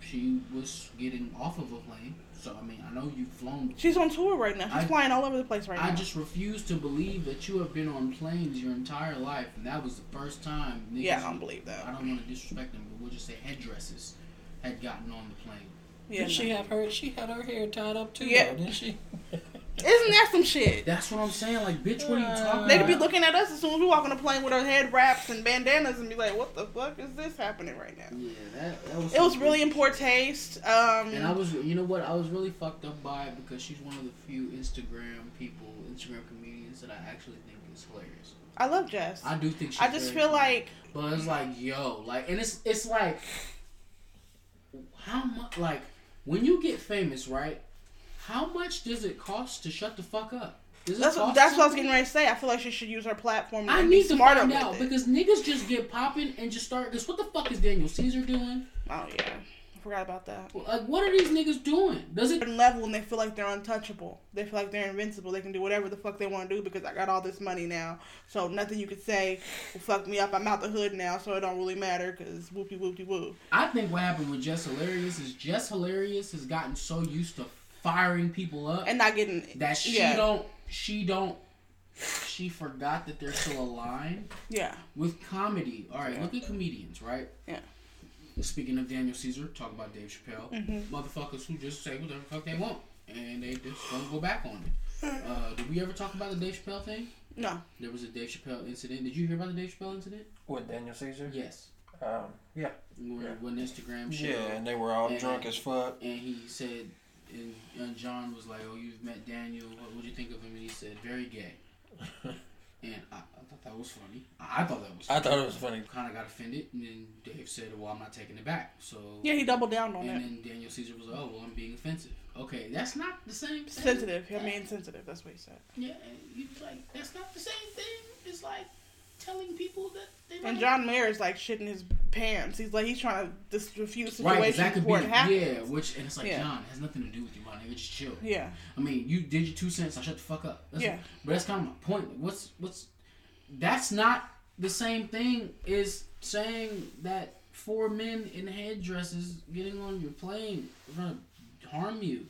S5: she was getting off of a plane. So I mean, I know you've flown. before.
S4: She's on tour right now. She's
S5: I-
S4: flying all over the place right
S5: I
S4: now.
S5: just refuse to believe that you have been on planes your entire life, and that was the first time. Niggas,
S4: Yeah, I don't believe that.
S5: I don't want to disrespect them, but we'll just say headdresses had gotten on the plane.
S4: yeah,
S6: Did
S4: no.
S6: she have her? She had her hair tied up too,
S4: Yeah.
S6: though, didn't she?
S4: Isn't that some shit?
S5: That's what I'm saying. Like, bitch, what are you talking
S4: They could Uh, be
S5: about?
S4: looking at us as soon as we walk on the plane with our head wraps and bandanas and be like, what the fuck is this happening right now?
S5: Yeah, that, that was.
S4: It was
S5: some
S4: really
S5: bullshit.
S4: in poor taste. Um,
S5: And I was, you know what? I was really fucked up by it because she's one of the few Instagram people, Instagram comedians that I actually think is hilarious.
S4: I love Jess.
S5: I do think. She's
S4: I just
S5: very
S4: feel
S5: funny.
S4: like
S5: But it's like, yo, like, and it's it's like, how much? Like, when you get famous, right? How much does it cost to shut the fuck up? Does it
S4: that's what,
S5: cost
S4: that's what I was
S5: something?
S4: getting ready to say. I feel like she should use her platform. To
S5: I
S4: be
S5: need to
S4: smarter
S5: find
S4: with
S5: out
S4: it.
S5: because niggas just get popping and just start. Cause what the fuck is Daniel Caesar doing?
S4: Oh yeah, I forgot about that.
S5: Like, what are these niggas doing? Does it?
S4: Certain level and they feel like they're untouchable. They feel like they're invincible. They can do whatever the fuck they want to do because I got all this money now. So nothing you could say will fuck me up. I'm out the hood now, so it don't really matter because whoopie whoopie whoop.
S5: I think what happened with Jess Hilarious is Jess Hilarious has gotten so used to firing people up
S4: And not getting
S5: that she
S4: yeah,
S5: don't she don't she forgot that they're still aligned
S4: yeah
S5: with comedy. All right, look at comedians, right?
S4: Yeah.
S5: Speaking of Daniel Caesar, talk about Dave Chappelle.
S4: Mm-hmm.
S5: Motherfuckers who just say whatever the fuck they want and they just don't go back on it.
S4: Mm-hmm.
S5: Uh, did we ever talk about the Dave Chappelle thing?
S4: no.
S5: There was a Dave Chappelle incident. Did you hear about the Dave Chappelle incident?
S6: With Daniel Caesar?
S5: Yes.
S6: Um, yeah.
S5: When,
S6: Yeah.
S5: when Instagram shit.
S6: Yeah, and they were all
S5: Yeah.
S6: drunk as fuck.
S5: and he said, and, and John was like, "Oh, you've met Daniel. What would you think of him?" And he said, "Very gay." and I, I thought that was funny. I, I thought that was.
S6: I thought it was funny.
S5: Kind of got offended, and then Dave said, "Well, I'm not taking it back." So
S4: Yeah, he doubled down on
S5: And
S4: it.
S5: then Daniel Caesar was like, "Oh, well, I'm being offensive." Okay, that's not the same. thing.
S4: Sensitive. I mean sensitive. That's what he said.
S5: Yeah, and you was like that's not the same thing. It's like telling people that they.
S4: And
S5: don't-
S4: John Mayer is like shitting his pants. He's like he's trying to just refuse
S5: Right,
S4: situations
S5: 'cause that could be
S4: before it happens.
S5: yeah, which and it's like
S4: Yeah.
S5: John it has nothing to do with you, my nigga. Just chill.
S4: Yeah.
S5: I mean, you did your two cents. I shut the fuck up. That's
S4: Yeah.
S5: but that's kind of my point. Like, What's what's that's not the same thing as saying that four men in headdresses getting on your plane are gonna harm you.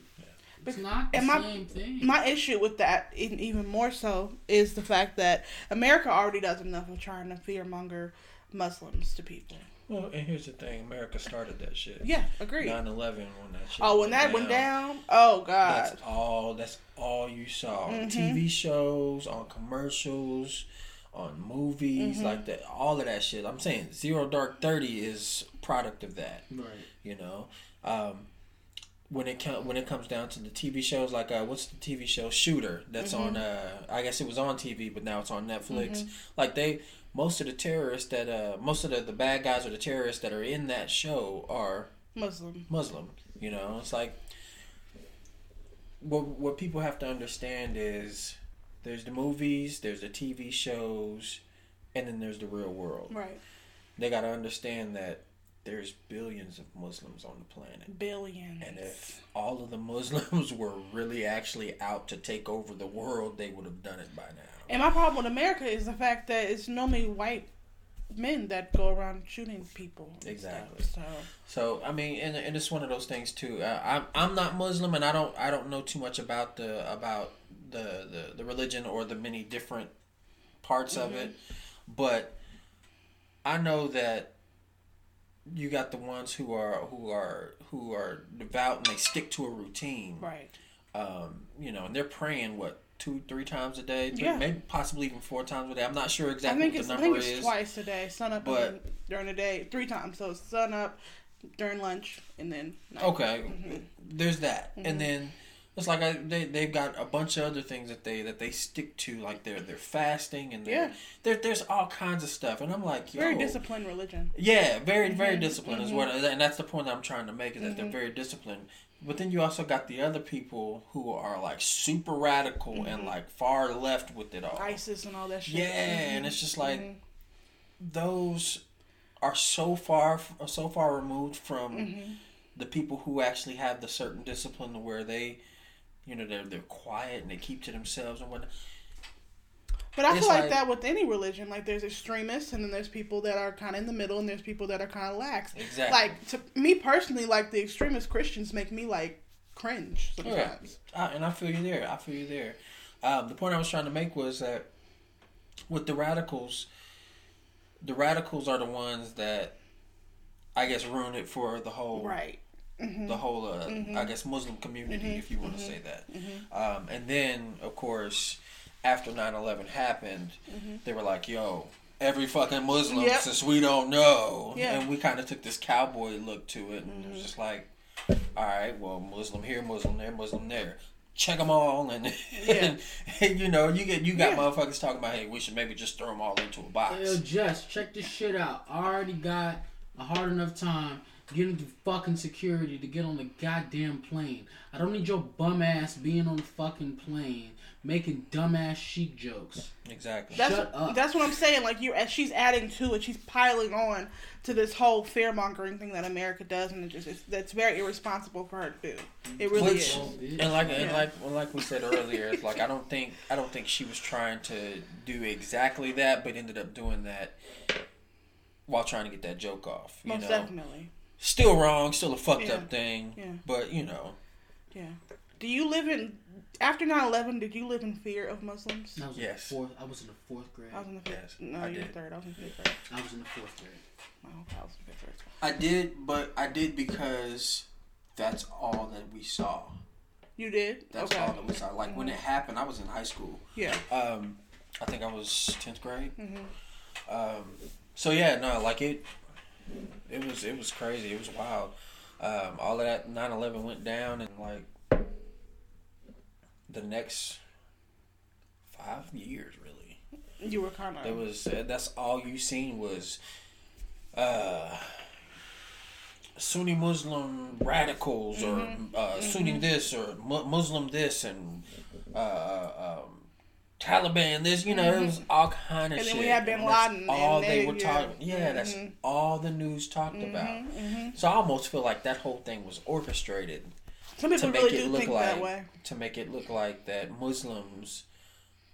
S5: It's not the
S4: and my-
S5: same thing.
S4: My issue with that, even even more so, is the fact that America already does enough of trying to fearmonger Muslims to people.
S6: Well, and here's the thing America started that shit.
S4: Yeah, agreed.
S6: 9 11 when that shit.
S4: oh, when
S6: went
S4: that went down, oh god,
S6: That's all. That's all you saw on TV shows, on commercials, on movies, like that. All of that shit. I'm saying Zero Dark Thirty is a product of that.
S5: right.
S6: You know, um, when it com- when it comes down to the TV shows, like uh, what's the TV show Shooter? That's on. Uh, I guess it was on TV, but now it's on Netflix. Like they. Most of the terrorists that, uh, most of the, the bad guys or the terrorists that are in that show are
S4: Muslim.
S6: Muslim. You know, it's like what what people have to understand is there's the movies, there's the TV shows, and then there's the real world.
S4: Right,
S6: They got to understand that there's billions of Muslims on the planet.
S4: billions.
S6: And if all of the Muslims were really actually out to take over the world, they would have done it by now.
S4: And my problem with America is the fact that it's normally white men that go around shooting people. and stuff,
S6: Exactly.
S4: So
S6: So I mean, and, and it's one of those things too. Uh, I'm I'm not Muslim, and I don't I don't know too much about the about the the, the religion or the many different parts of
S4: Mm-hmm.
S6: it, but I know that you got the ones who are who are who are devout and they stick to a routine,
S4: right,
S6: um, you know, and they're praying what two three times a day, three,
S4: Yeah.
S6: maybe possibly even four times a day. I'm not sure
S4: I
S6: exactly
S4: think
S6: what
S4: it's
S6: the
S4: I
S6: number
S4: think it's
S6: is.
S4: twice a day, sun up
S6: but-
S4: and then during the day, three times. So it's sun up during lunch and then night.
S6: Okay,
S4: Mm-hmm.
S6: there's that, and then it's like I, they they've got a bunch of other things that they that they stick to, like they're they're fasting and they're,
S4: Yeah.
S6: there there's all kinds of stuff, and I'm like, yo,
S4: Very disciplined Mm-hmm. religion.
S6: yeah, very very disciplined is what, and that's the point that I'm trying to make is that
S4: Mm-hmm.
S6: they're very disciplined. But then you also got the other people who are like super radical and
S4: Mm-hmm.
S6: like far left with it all.
S4: ISIS and all that shit.
S6: Yeah, and it's just like those are so far f- are so far removed from the people who actually have the certain discipline to where they, you know, they're they're quiet and they keep to themselves and whatnot.
S4: But I
S6: It's
S4: feel like,
S6: like-
S4: that with any religion. Like there's extremists, and then there's people that are kind of in the middle, and there's people that are kind of lax.
S6: Exactly.
S4: Like to me personally, like the extremist Christians make me like cringe sometimes.
S6: I, and I feel you there. I feel you there. Um, the point I was trying to make was that with the radicals, the radicals are the ones that I guess ruined it for the whole
S4: Right.
S6: the whole, uh, I
S4: Mm-hmm.
S6: guess, Muslim community, if you want to say that. Um, and then, of course, after 9 11 happened, they were like, yo, every fucking Muslim,
S4: Mm-hmm. Yep.
S6: since we don't know.
S4: Yeah. Mm-hmm.
S6: And we kind of took this cowboy look to it, and it was just like, all right, well, Muslim here, Muslim there, Muslim there. Check them all, and,
S4: Yeah.
S6: and, you know you get you got
S4: Yeah.
S6: motherfuckers talking about hey we should maybe just throw them all into a box.
S5: Yo, Jess, check this shit out. I already got a hard enough time getting through fucking security to get on the goddamn plane. I don't need your bum ass being on the fucking plane making dumbass sheep jokes.
S6: Exactly.
S4: That's
S5: Shut up.
S4: that's what I'm saying. Like you, as she's adding to it, she's piling on to this whole fear mongering thing that America does, and it just it's, that's very irresponsible for her to do. It really
S6: Which-
S4: is.
S6: and like and
S4: Yeah.
S6: like well, like we said earlier, it's like I don't think I don't think she was trying to do exactly that, but ended up doing that while trying to get that joke off. You
S4: Most
S6: know,
S4: definitely.
S6: still wrong, still a fucked
S4: Yeah.
S6: up thing.
S4: Yeah.
S6: But you know,
S4: Yeah. Do you live in after 9/11? Did you live in fear of Muslims?
S5: I was
S6: Yes.
S5: in the fourth. I was in the fourth grade.
S4: I was in the fifth.
S6: Yes,
S4: no,
S6: I
S4: you were
S6: did.
S4: third. I was in fifth grade.
S5: I was in the fourth grade.
S4: My whole house was fifth grade.
S6: I did, but I did because that's all that we saw.
S4: You did.
S6: That's
S4: okay. Mm-hmm.
S6: all that we saw. Like when it happened, I was in high school.
S4: Yeah.
S6: um, I think I was tenth grade. Um, so yeah, no, like it, it was it was crazy. It was wild. Um, all of that 9-11 went down, and like the next five years, really,
S4: You were kind
S6: it
S4: of.
S6: was. uh, That's all you seen was. Uh, Sunni Muslim radicals,
S4: Mm-hmm.
S6: or uh, Sunni this, or mu- Muslim this, and uh, um, Taliban this. You know, it was all kind
S4: Mm-hmm.
S6: of
S4: And
S6: shit.
S4: then we had Bin
S6: that's
S4: Laden,
S6: All
S4: and Mm-hmm.
S6: they
S4: they-
S6: were
S4: yeah.
S6: talking. Yeah, that's all the news talked about.
S4: Mm-hmm.
S6: So I almost feel like that whole thing was orchestrated
S4: Some people
S6: to make
S4: really
S6: it
S4: do
S6: look
S4: think
S6: like
S4: that way.
S6: to make it look like that Muslims,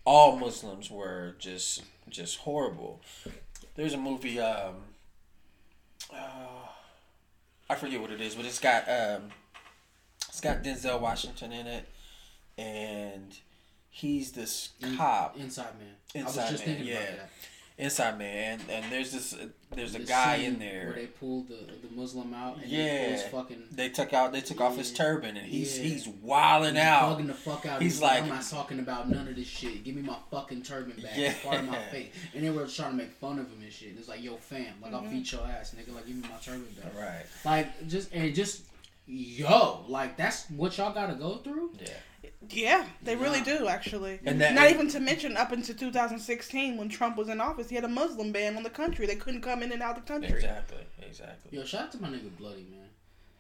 S6: all Muslims were just just horrible. There's a movie, um, uh, I forget what it is, but it's got um, it's got Denzel Washington in it, and he's this cop
S5: Inside man. I
S6: Inside
S5: was just
S6: Man,
S5: thinking
S6: yeah.
S5: about that.
S6: inside man, and, and there's this uh, there's a
S5: The
S6: guy
S5: scene
S6: in
S5: where they
S6: there.
S5: pulled the the Muslim out and
S6: Yeah.
S5: he pulls fucking.
S6: They took out they took off his
S5: Yeah.
S6: turban, and he's
S5: Yeah.
S6: he's wilding
S5: He's
S6: out.
S5: bugging the fuck out.
S6: He's
S5: He's, like,
S6: like-
S5: I'm not talking about none of this shit. Give me my fucking turban back. It's part of my
S6: Yeah.
S5: face. And they were trying to make fun of him and shit. It's like, yo, fam, like I'll
S4: Mm-hmm.
S5: feed your ass, nigga. Like, give me my turban back.
S6: Right.
S5: Like, just and just, yo, like that's what y'all gotta go through.
S6: Yeah.
S4: Yeah, they really
S5: Nah.
S4: do actually.
S6: And that-
S4: Not even to mention up until 2016 when Trump was in office, he had a Muslim ban on the country. They couldn't come in and out the country.
S6: Exactly, exactly.
S5: Yo, shout out to my nigga Bloody man.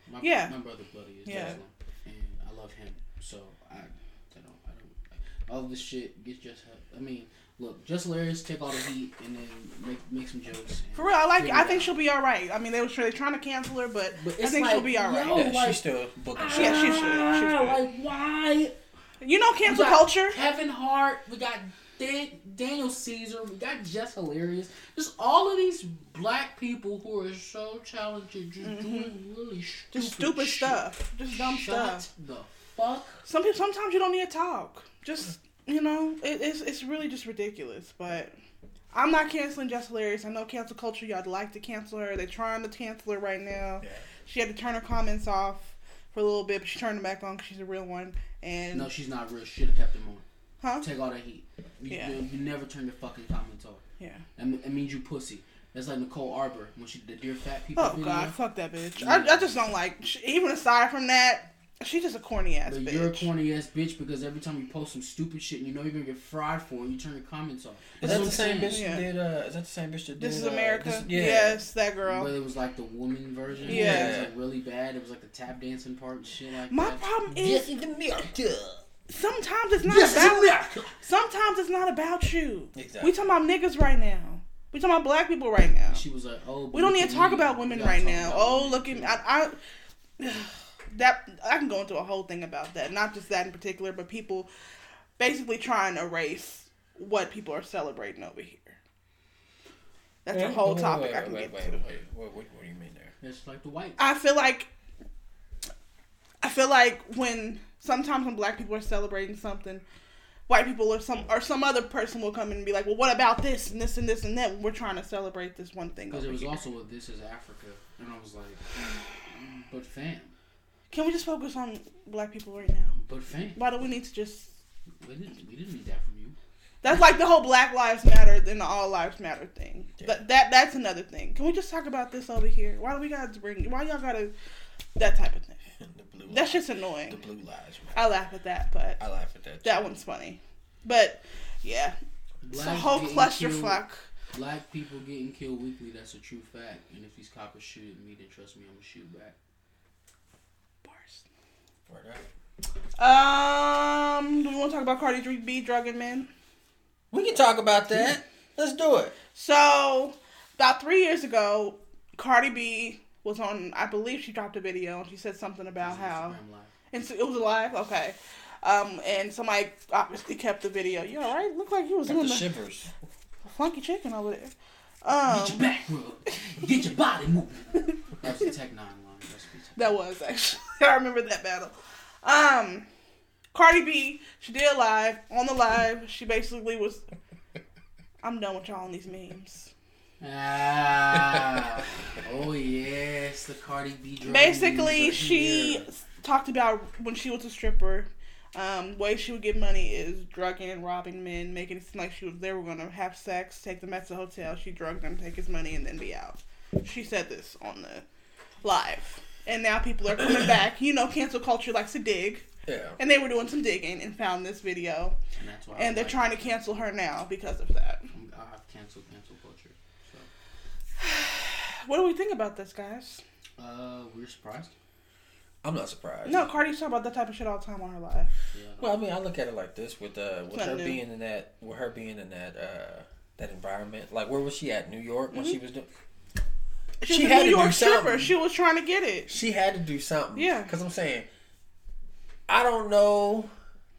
S5: My,
S4: Yeah.
S5: My brother Bloody is
S4: Yeah.
S5: Muslim, and I love him. So I, I don't, I don't. All this shit gets just. I mean, look, just hilarious. Take all the heat and then make make some jokes. and
S4: For real, I like.
S5: figure
S4: I
S5: it
S4: think
S5: out.
S4: she'll be all right. I mean, they were sure they trying to cancel her, but,
S5: But
S4: I
S5: it's
S4: think
S5: like,
S4: she'll be all right.
S5: yo,
S6: Yeah,
S5: like-
S6: she's still booking
S4: Yeah,
S6: shit.
S4: she should. She
S5: Ah,
S4: should.
S5: Like why?
S4: you know,
S5: We
S4: cancel
S5: got
S4: culture.
S5: Kevin Hart. We got Dan- Daniel Caesar. We got Jess Hilarious. Just all of these black people who are so talented, just doing really stupid,
S4: Mm-hmm. Just stupid
S5: shit.
S4: stuff. Just dumb
S5: Shut
S4: stuff.
S5: the fuck.
S4: Some people. Sometimes you don't need to talk. Just you know, it, it's it's really just ridiculous. But I'm not canceling Jess Hilarious. I know cancel culture. Y'all like to cancel her. They're trying to cancel her right now.
S6: Yeah.
S4: She had to turn her comments off for a little bit, but she turned them back on because she's a real one. And
S5: No, she's not real. Should have kept him on.
S4: huh?
S5: Take all that heat. You,
S4: Yeah.
S5: you, you never turn your fucking comments off.
S4: Yeah.
S5: That, me- that means you pussy. That's like Nicole Arbor when she did the Dear Fat People
S4: Oh
S5: video.
S4: God, fuck that bitch. I, I just don't like. She, even aside from that, she's just a corny ass
S5: But
S4: bitch.
S5: you're a corny ass bitch because every time you post some stupid shit and you know you're gonna get fried for it, you turn your comments off.
S6: Is
S5: That's
S6: that
S5: what
S6: the
S5: I'm saying.
S6: same bitch
S4: Yeah.
S6: that did? Uh, is that the same bitch that did?
S4: this is
S6: uh,
S4: America.
S6: This-
S4: Yes, that girl.
S5: But it was like the woman version.
S4: Yeah.
S5: It was like really bad. It was like the tap dancing part and shit like
S4: My
S5: that.
S4: problem
S5: This
S4: is
S5: is America.
S4: sometimes it's not
S5: This is
S4: about.
S5: America.
S4: Sometimes it's not about you.
S6: Exactly.
S4: We talking about niggas right now. We talking about black people right now.
S5: She was like, oh. but
S4: We don't
S5: look
S4: need
S5: at
S4: to talk
S5: me.
S4: about
S5: We
S4: women
S5: gotta
S4: right
S5: talk
S4: now.
S5: about
S4: Oh,
S5: women,
S4: look at
S5: too.
S4: me. I, I that I can go into a whole thing about that. Not just that in particular, but people basically trying to erase what people are celebrating over here. That's a whole
S6: Wait,
S4: topic
S6: wait,
S4: I can
S6: wait,
S4: get
S6: wait,
S4: to.
S6: Wait, wait, what, what, what do you mean
S4: Oh,
S6: there?
S5: It's like the white.
S4: I feel like I feel like when sometimes when black people are celebrating something, white people or some or some other person will come in and be like, "Well, what about this and this and this and that?" We're trying to celebrate this one thing.
S5: Because
S4: Over
S5: it was
S4: here.
S5: also a This Is Africa, and I was like, mm, but fam,
S4: Can we just focus on black people right now?
S5: But fam,
S4: Why do we need to just?
S5: we didn't, we didn't need that from you.
S4: That's like the whole Black Lives Matter and the All Lives Matter thing. That that that's another thing. Can we just talk about this over here? Why do we gotta bring? Why y'all gotta that type of thing?
S6: the blue.
S4: That's
S6: lies-
S4: just annoying.
S6: the blue lies. Man.
S4: I laugh at that, but
S6: I laugh at that.
S4: that one's funny. But yeah, it's a
S5: Blacks
S4: whole
S5: getting
S4: clusterfuck.
S5: killed- Black people getting killed weekly. That's a true fact. And if these coppers shoot at me, then trust me, I'm gonna shoot back.
S6: For that.
S4: Um, do we want to talk about Cardi B drugging men?
S6: We can talk about that. Let's do it.
S4: So, about three years ago, Cardi B was on, I believe she dropped a video and she said something about how.
S5: Instagram live.
S4: And so it was live? Okay. Um, and somebody obviously kept the video. You alright? Looked like you was
S6: Got
S4: doing
S6: the
S4: the
S6: shivers.
S4: funky chicken over there. Um,
S5: Get your back rub. Get your body moving. That's the Tech Nine line. That's the Tech-
S4: That was actually. I remember that battle. Um, Cardi B, she did live on the live. She basically was. I'm done with y'all on these memes.
S5: Ah, oh yes, the Cardi B. drug
S4: Basically,
S5: memes are
S4: she
S5: here.
S4: s- talked about when she was a stripper. Um, way she would get money is drugging and robbing men, making it seem like she was they were gonna have sex, take them back to the hotel. She drugged them, take his money, and then be out. She said this on the live, and now people are coming back. You know, cancel culture likes to dig.
S6: Yeah.
S4: And they were doing some digging and found this video,
S5: and, that's why I
S4: and they're
S5: like-
S4: trying to cancel her now because of that.
S5: I'm- I have cancel cancel culture. So,
S4: What do we think about this, guys?
S5: uh, we're surprised.
S6: I'm not surprised.
S4: No, Cardi's talking about that type of shit all the time on her life.
S5: Yeah.
S6: Well, I mean, I look at it like this: with uh, with
S4: not
S6: her
S4: new.
S6: being in that, with her being in that, uh, that environment. Like, where was she at? New York
S4: Mm-hmm.
S6: when she was doing.
S4: She's
S6: She
S4: a
S6: had
S4: New
S6: to do
S4: York stripper.
S6: something.
S4: She was trying to get it.
S6: She had to do something.
S4: Yeah.
S6: Because I'm saying, I don't know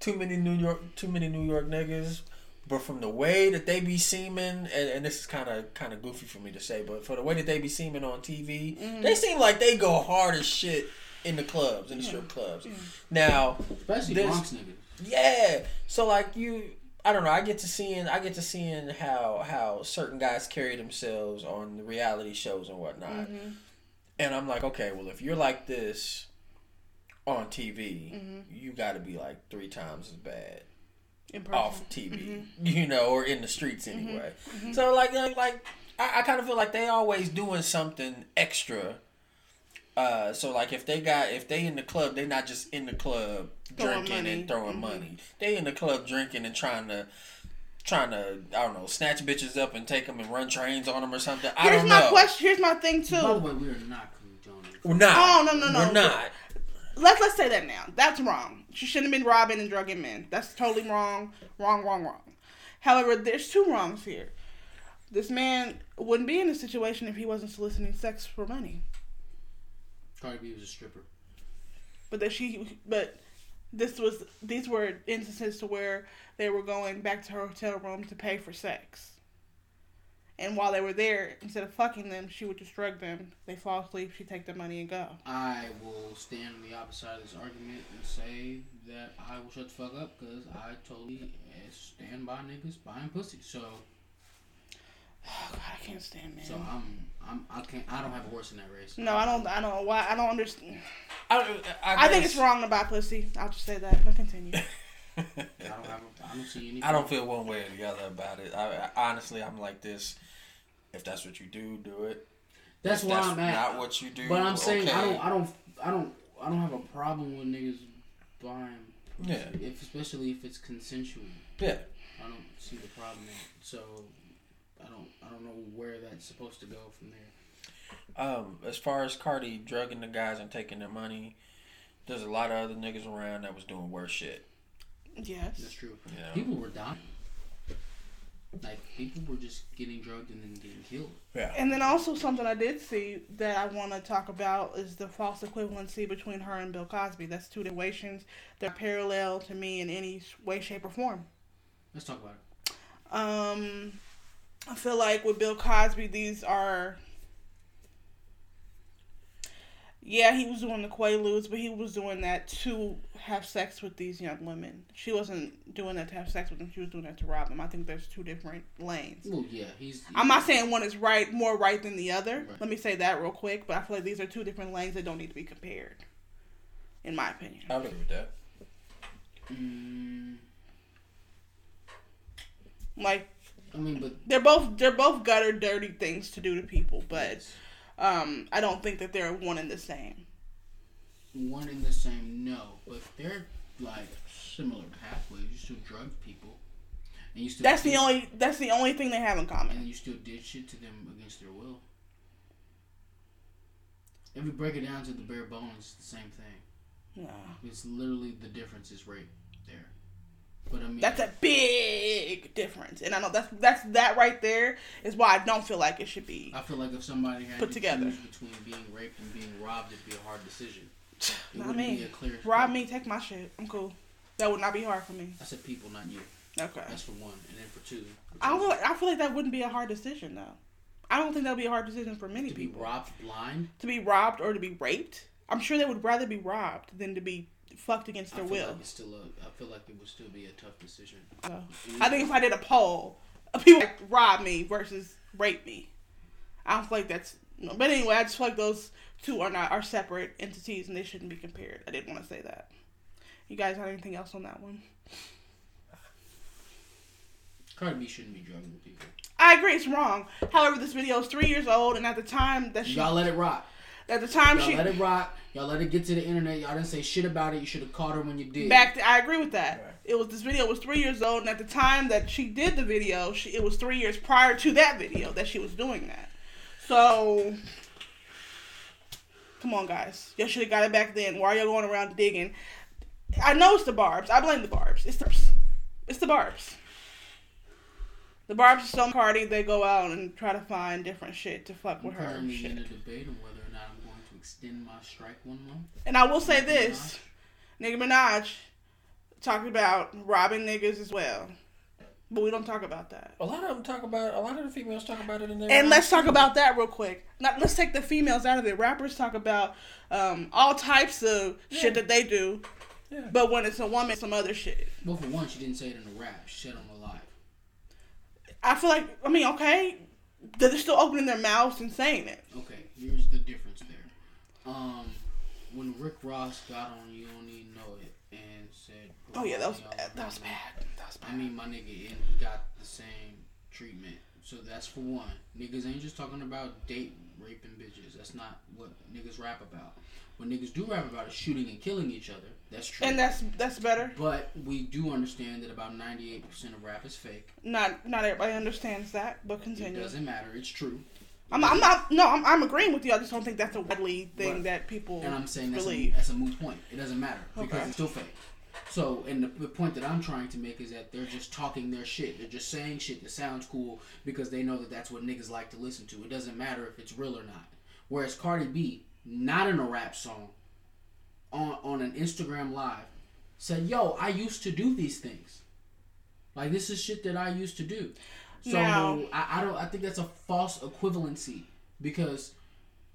S6: too many New York, too many New York niggas, but from the way that they be seeming, and, and this is kind of kind of goofy for me to say, but for the way that they be seeming on TV, they seem like they go hard as shit in the clubs, in the strip clubs. Now,
S5: Especially
S6: This-
S5: Bronx niggas.
S6: yeah. So like you I don't know, I get to seeing I get to seeing how how certain guys carry themselves on the reality shows and whatnot. And I'm like, okay, well if you're like this on TV, you gotta be like three times as bad
S4: In person.
S6: off TV,
S4: Mm-hmm.
S6: you know, or in the streets anyway. So like, like, like I, I kind of feel like they always doing something extra. Uh, so like, if they got if they in the club, they not just in the club
S4: Throwing
S6: drinking
S4: money. Mm-hmm.
S6: and throwing money. They in the club drinking and trying to. Trying to, I don't know, snatch bitches up and take them and run trains on them or something. I
S4: Here's
S6: don't
S4: my
S6: know.
S4: question. Here's my thing
S5: By the
S4: too.
S5: way, we are not condoning.
S6: We're not.
S4: Oh, no, no, no.
S6: We're not.
S4: Let's let's say that now. That's wrong. She shouldn't have been robbing and drugging men. That's totally wrong. Wrong. Wrong. Wrong. However, there's two wrongs here. This man wouldn't be in this situation if he wasn't soliciting sex for money.
S5: Cardi B was a stripper.
S4: but that she but this was these were instances to where they were going back to her hotel room to pay for sex and while they were there instead of fucking them she would just drug them they fall asleep she take the money and go
S5: I will stand on the opposite side of this argument and say that I will shut the fuck up because I totally eh, stand by niggas buying pussy. So,
S4: oh god i can't stand
S5: so
S4: man
S5: I'm, I'm, I can't, I don't have a horse in that race.
S4: Mm-hmm. no i don't i don't know why i don't understand
S6: I, don't-
S4: i think
S6: guess-
S4: it's wrong to buy pussy i'll just say that but continue
S5: I don't have, a, I don't see any.
S6: I don't feel one way or the other about it. I, I honestly, I'm like this. If that's what you do, do it.
S5: That's
S6: If
S5: where I'm at.
S6: Not what you do.
S5: but I'm saying I
S6: okay.
S5: don't, I don't, I don't, I don't have a problem with niggas buying. Pussy,
S6: Yeah.
S5: If especially if it's consensual,
S6: Yeah.
S5: I don't see the problem. In it. So, I don't, I don't know where that's supposed to go from there.
S6: Um, as far as Cardi drugging the guys and taking their money, there's a lot of other niggas around that was doing worse shit.
S5: That's
S4: yes
S5: true.
S6: Yeah.
S5: People were dying. Like people were just getting drugged and then getting killed.
S6: Yeah.
S4: and then also something i did see that i want to talk about is the false equivalency between her and bill cosby that's two situations that are parallel to me in any way shape or form
S5: Let's talk about it.
S4: Um, I feel like with Bill Cosby, these are. Yeah, he was doing the Quaaludes, but he was doing that to have sex with these young women. She wasn't doing that to have sex with them. She was doing that to rob them. I think there's two different lanes.
S5: Well, yeah, he's.
S4: I'm not saying one is right, more right than the other.
S5: Right.
S4: Let me say that real quick. But I feel like these are two different lanes that don't need to be compared. in my opinion.
S6: I'll agree with that.
S5: Mm,
S4: Like
S5: I mean, but
S4: they're both they're both gutter dirty things to do to people, but um, I don't think that they're one and the same.
S5: one and the same, no. But they're like similar pathways. You still drug people, and you still
S4: That's the
S5: did-
S4: only that's the only thing they have in
S5: and
S4: common.
S5: you still did shit to them against their will. If we break it down to the bare bones, it's the same thing.
S4: Yeah.
S5: It's literally the difference is right there. But I mean,
S4: That's a big difference, and I know that's that's that right there is why I don't feel like it should be.
S5: I feel like if somebody had
S4: Put
S5: to
S4: together.
S5: choose between being raped and being robbed, it'd be a hard decision. It
S4: Not
S5: wouldn't
S4: me.
S5: be a clear.
S4: Rob me, take my shit. I'm cool. That would not be hard for me.
S5: I said people, not you.
S4: Okay.
S5: That's for one, and then for two,
S4: I don't feel like, I feel like that wouldn't be a hard decision though. I don't think that'd be a hard decision for many
S5: to be
S4: people
S5: robbed blind.
S4: to be robbed or to be raped. I'm sure they would rather be robbed than to be fucked against
S5: I
S4: their
S5: feel
S4: will.
S5: like it's still a. I feel like it would still be a tough decision.
S4: So,
S5: Mm-hmm.
S4: I think if I did a poll, of people like rob me versus rape me. I don't feel like that's. No. But anyway, I just feel like those two are not are separate entities and they shouldn't be compared. I didn't want to say that. You guys have anything else on that one?
S5: Cardi B shouldn't be drugging people.
S4: I agree, it's wrong. However, this video is three years old, and at the time that she,
S5: Y'all let it rock.
S4: at the time
S5: Y'all
S4: she
S5: let it rock. Y'all let it get to the internet. Y'all didn't say shit about it. You should have caught her when you did.
S4: back to, I agree with that. It was this video was three years old, and at the time that she did the video, she, it was three years prior to that video that she was doing that. So, come on, guys, y'all should have got it back then. Why are y'all going around digging? I know it's the barbs. I blame the barbs. It's the it's the barbs. The barbs are so Cardi. They go out and try to find different shit to fuck
S5: I'm
S4: with her. and
S5: currently in a
S4: shit.
S5: debate on whether or not I'm going to extend my strike one month.
S4: And I will say this. Nicki Minaj talked about robbing niggas as well. But we don't talk about that.
S6: A lot of them talk about. A lot of the females talk about it in their.
S4: And let's talk about that real quick. Not, let's take the females out of it. Rappers talk about um, all types of shit that they do.
S6: Yeah.
S4: But when it's a woman, some other shit.
S5: Well, for one, she didn't say it in the rap. She said it on the live.
S4: I feel like, I mean, okay, they're still opening their mouths and saying it.
S5: Okay, here's the difference there. Um, when Rick Ross got on You Don't Need to Know It and said,
S4: Oh, yeah, that was,
S5: Y'all
S4: bad. that was bad. That was bad.
S5: I mean, my nigga, and he got the same treatment. So that's for one. Niggas ain't just talking about date raping bitches. That's not what niggas rap about. What niggas do rap about is shooting and killing each other. That's true.
S4: And that's that's better.
S5: but we do understand that about 98% of rap is fake.
S4: Not not everybody understands that, but
S5: It
S4: continue.
S5: doesn't matter. It's true.
S4: I'm, I'm not. No, I'm, I'm agreeing with you. I just don't think that's a widely thing
S5: Right.
S4: that people
S5: And I'm saying that's a,
S4: believe.
S5: that's a moot point. It doesn't matter because
S4: Okay.
S5: it's still fake. So, and the, the point that I'm trying to make is that they're just talking their shit. They're just saying shit that sounds cool because they know that that's what niggas like to listen to. It doesn't matter if it's real or not. Whereas Cardi B, not in a rap song, on on an Instagram live, said, "Yo, I used to do these things. Like this is shit that I used to do." So
S4: Now-
S5: I, I don't. I think that's a false equivalency because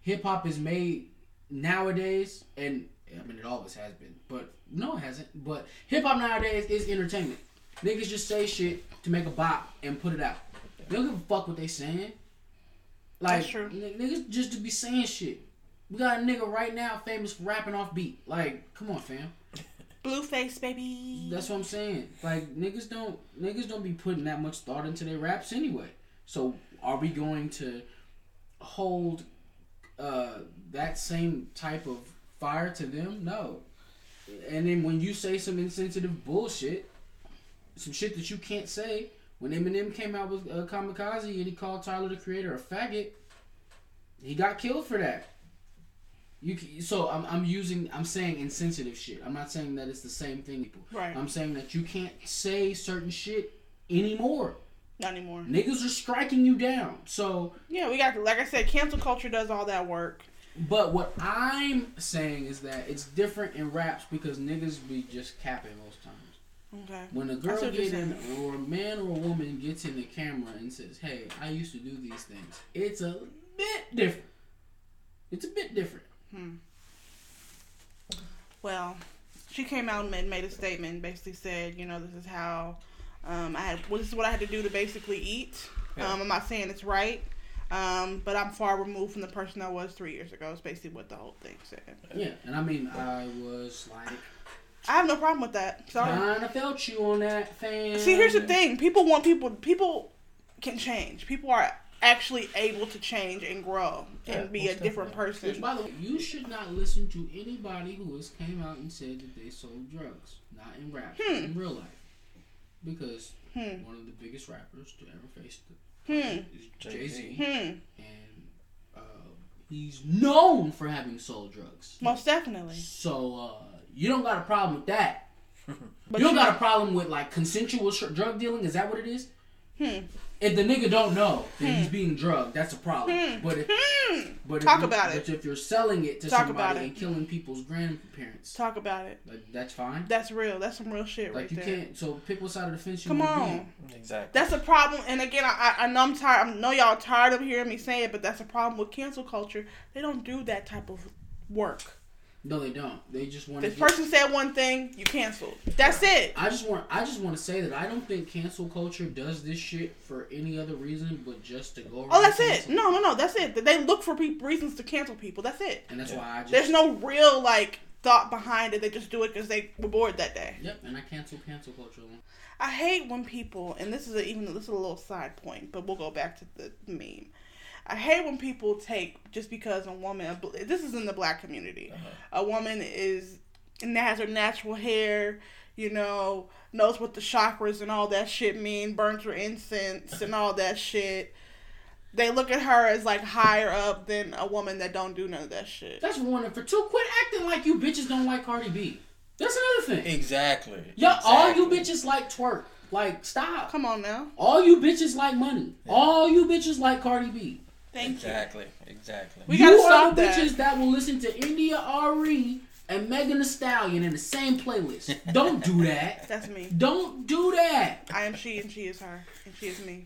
S5: hip hop is made nowadays, and I mean it always has been, but no, it hasn't. But hip hop nowadays is entertainment. Niggas just say shit to make a bop and put it out. They don't give a fuck what they saying. Like
S4: That's true.
S5: n- niggas just to be saying shit. We got a nigga right now famous for rapping off beat. Like, come on, fam.
S4: Blueface, baby.
S5: That's what I'm saying. Like niggas don't niggas don't be putting that much thought into their raps anyway. So are we going to hold uh, that same type of fire to them? No. And then when you say some insensitive bullshit, some shit that you can't say. When Eminem came out with uh, Kamikaze and he called Tyler the Creator a faggot, he got killed for that. You c so I'm, I'm using I'm saying insensitive shit. I'm not saying that it's the same thing. People.
S4: Right.
S5: I'm saying that you can't say certain shit anymore.
S4: Not anymore.
S5: Niggas are striking you down. So,
S4: Yeah, we got like I said, cancel culture does all that work.
S5: but what I'm saying is that it's different in raps because niggas be just capping most times.
S4: Okay.
S5: When a
S4: I see
S5: girl
S4: what you're
S5: gets in, or a man or a woman gets in the camera and says, "Hey, I used to do these things," it's a bit different. It's a bit different.
S4: Well, she came out and made, made a statement, basically said, you know, this is how um, I had, well, this is what I had to do to basically eat. Um, I'm not saying it's right. Um, but I'm far removed from the person I was three years ago. Is basically what the whole thing said.
S5: Yeah, and I mean, I was like,
S4: I have no problem with that. Sorry.
S5: kind of felt you on that fan.
S4: See, here's the thing: people want people. People can change. People are actually able to change and grow and
S6: Yeah,
S4: be a
S6: most
S4: different
S5: Which,
S4: person.
S5: by the way, you should not listen to anybody who has came out and said that they sold drugs, not in rap, in real life, because
S4: Hmm.
S5: one of the biggest rappers to ever face the
S4: Hmm.
S5: is Jay Z,
S4: Hmm.
S5: and uh, he's known for having sold drugs.
S4: Most definitely.
S5: So uh, you don't got a problem with that.
S4: But
S5: you don't
S4: you-
S5: got a problem with like consensual sh- drug dealing? Is that what it is?
S4: Hmm.
S5: If the nigga don't know that he's being drugged, that's a problem. But if,
S4: Hmm.
S5: but
S4: Talk
S5: if you-
S4: about it.
S5: But if you're selling it to
S4: Talk
S5: somebody
S4: about it.
S5: and killing people's grandparents,
S4: Talk about it.
S5: like, that's fine.
S4: That's real. That's some real shit
S5: like
S4: right
S5: you
S4: there.
S5: can't. So pick what side of the fence you
S4: Come
S5: wanna be
S4: on.
S6: Exactly.
S4: That's a problem. And again, I, I I know I'm tired. I know y'all tired of hearing me say it, but that's a problem with cancel culture. They don't do that type of work.
S5: in. No, they don't. They just want to.
S4: This person said one thing, you canceled. That's it.
S5: I just want. I just want to say that I don't think cancel culture does this shit for any other reason but just to
S4: Oh,
S5: go. around
S4: that's it.
S5: canceling.
S4: No, no, no. That's it. They look for peop reasons to cancel people. That's it.
S5: And that's why I just.
S4: There's no real like thought behind it. They just do it because they were bored that day.
S5: Yep, and I cancel cancel culture.
S4: I hate when people, and this is a, even this is a little side point, but we'll go back to the meme. I hate when people take just because a woman, a bl- this is in the black community,
S5: Uh-huh.
S4: a woman is and has her natural hair, you know, knows what the chakras and all that shit mean, burns her incense and all that shit. They look at her as like higher up than a woman that don't do none of that shit.
S5: That's one. And for two, quit acting like you bitches don't like Cardi B. That's another thing.
S6: Exactly.
S5: Yo, all you
S6: Exactly.
S5: bitches like twerk. Like stop.
S4: Come on now,
S5: All you bitches like money. All you bitches like Cardi B.
S4: thank
S6: Exactly. Exactly.
S4: you. We
S5: you
S4: gotta
S5: are
S4: stop
S5: the
S4: that.
S5: bitches that will listen to India RE and Megan Thee Stallion in the same playlist. Don't do that.
S4: That's me.
S5: Don't do that.
S4: I am she, and she is her, and she is me.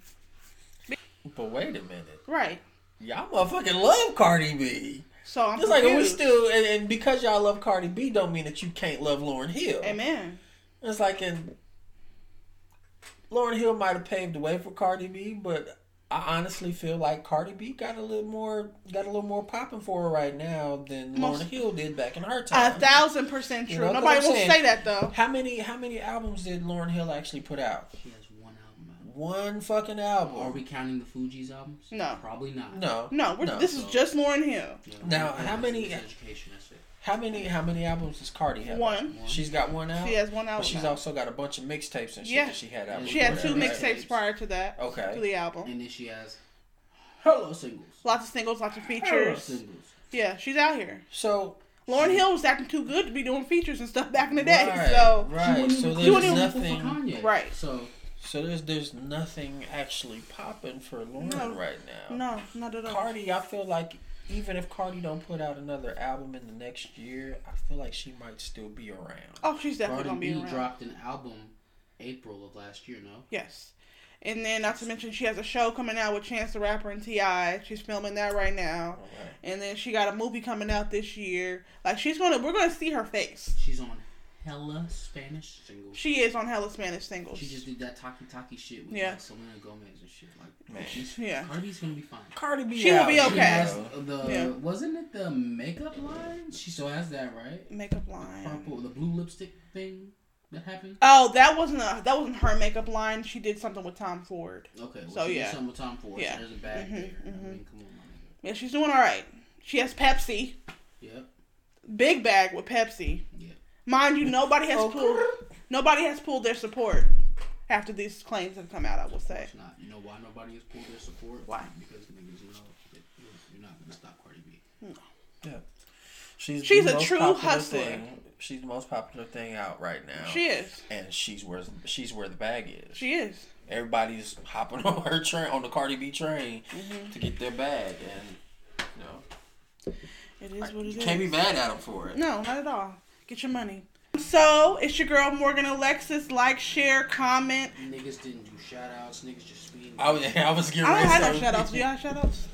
S6: But wait a minute.
S4: Right.
S6: Y'all motherfucking love Cardi B.
S4: So I'm
S6: It's like we
S4: confused.
S6: still and, and because y'all love Cardi B don't mean that you can't love Lauren Hill.
S4: Amen.
S6: It's like in Lauren Hill might have paved the way for Cardi B, but I honestly feel like Cardi B got a little more got a little more popping for her right now than
S4: Most-
S6: Lauren Hill did back in her
S4: A
S6: time.
S4: thousand percent true.
S6: You know, 'cause
S4: Nobody
S6: I'm
S4: will
S6: saying-
S4: say that though.
S6: how many how many albums did Lauren Hill actually put out?
S5: She has one album out.
S6: One fucking album.
S5: Are we counting the Fuji's albums?
S4: No.
S5: Probably not.
S6: no.
S4: No, we're, this is
S5: so-
S4: just Lauren Hill.
S5: Yeah,
S6: Now,
S5: we're-
S6: how many-
S5: it's Education. That's it.
S6: How many how many albums does Cardi have?
S4: One.
S6: She's got one out.
S4: She has one
S6: But
S4: album.
S6: she's
S4: out.
S6: also got a bunch of mixtapes and shit
S4: Yeah.
S6: that she had out.
S4: she had two
S6: before that, right?
S4: mixtapes prior to that.
S6: Okay.
S4: To the album.
S5: And then she has hello singles.
S4: Lots of singles, lots of
S5: Hello
S4: features.
S5: singles.
S4: Yeah, she's out here.
S6: So
S4: Lauren Hill was acting too good to be doing features and stuff back in the day.
S6: right,
S4: so
S6: right.
S5: She wouldn't even-
S6: So there's
S5: she wouldn't even vocal
S6: nothing.
S5: for Kanye.
S4: Right.
S5: So
S6: So there's there's nothing actually popping for Lauren
S4: No.
S6: right now.
S4: no, not at all.
S6: Cardi, I feel like even if Cardi don't put out another album in the next year, I feel like she might still be around.
S4: oh, she's definitely
S5: Cardi
S4: gonna be
S5: B
S4: around.
S5: dropped an album April of last year. No.
S4: Yes. And then, not to mention, she has a show coming out with Chance the Rapper and Ti. She's filming that right now. And then she got a movie coming out this year. Like she's gonna, we're gonna see her face.
S5: She's on hella Spanish singles.
S4: She is on hella Spanish singles.
S5: She just did that talkie talkie shit with
S4: Yeah.
S5: like Selena Gomez and shit. Like,
S6: Man.
S5: she's,
S4: Yeah.
S5: Cardi's gonna be fine.
S6: Cardi B,
S4: She will
S6: out
S4: be
S6: here,
S5: She
S4: okay.
S5: has
S6: though.
S5: the
S4: Yeah.
S5: wasn't it the makeup line? She still has that, right?
S4: makeup line.
S5: Purple, the blue lipstick thing that happened.
S4: Oh, that wasn't a that wasn't her makeup line. She did something with Tom Ford.
S5: Okay, well,
S4: So,
S5: she
S4: yeah.
S5: did something with Tom Ford.
S4: Yeah.
S5: So there's a bag there.
S4: mhm.
S5: I mean, come on, my nigga.
S4: Yeah, she's doing all right. She has Pepsi,
S5: Yep.
S4: big bag with Pepsi.
S5: Yep.
S4: Mind you, nobody has pulled nobody has pulled their support after these claims have come out. I will say.
S5: It's not. You know why nobody has pulled their support?
S4: Why?
S5: Because niggas know that you're, you're not gonna stop Cardi B.
S6: Yeah. She's, the
S4: She's a
S6: most
S4: true
S6: popular
S4: hustler.
S6: thing- She's the most popular thing out right now.
S4: She is.
S6: and she's where she's where the bag is.
S4: She is.
S6: Everybody's hopping on her train on the Cardi B train
S4: Mm-hmm.
S6: to get their bag, and you know
S4: It is what it is.
S6: you can't be mad at them for it.
S4: No, not at all. Get your money. So it's your girl Morgan Alexis. Like, share, comment.
S5: Niggas didn't do shout outs. Niggas just speed.
S4: Oh,
S6: I was I was getting
S4: I don't
S6: ready
S4: have
S6: to
S4: no
S6: say-
S4: shout outs. Do y'all have shout outs?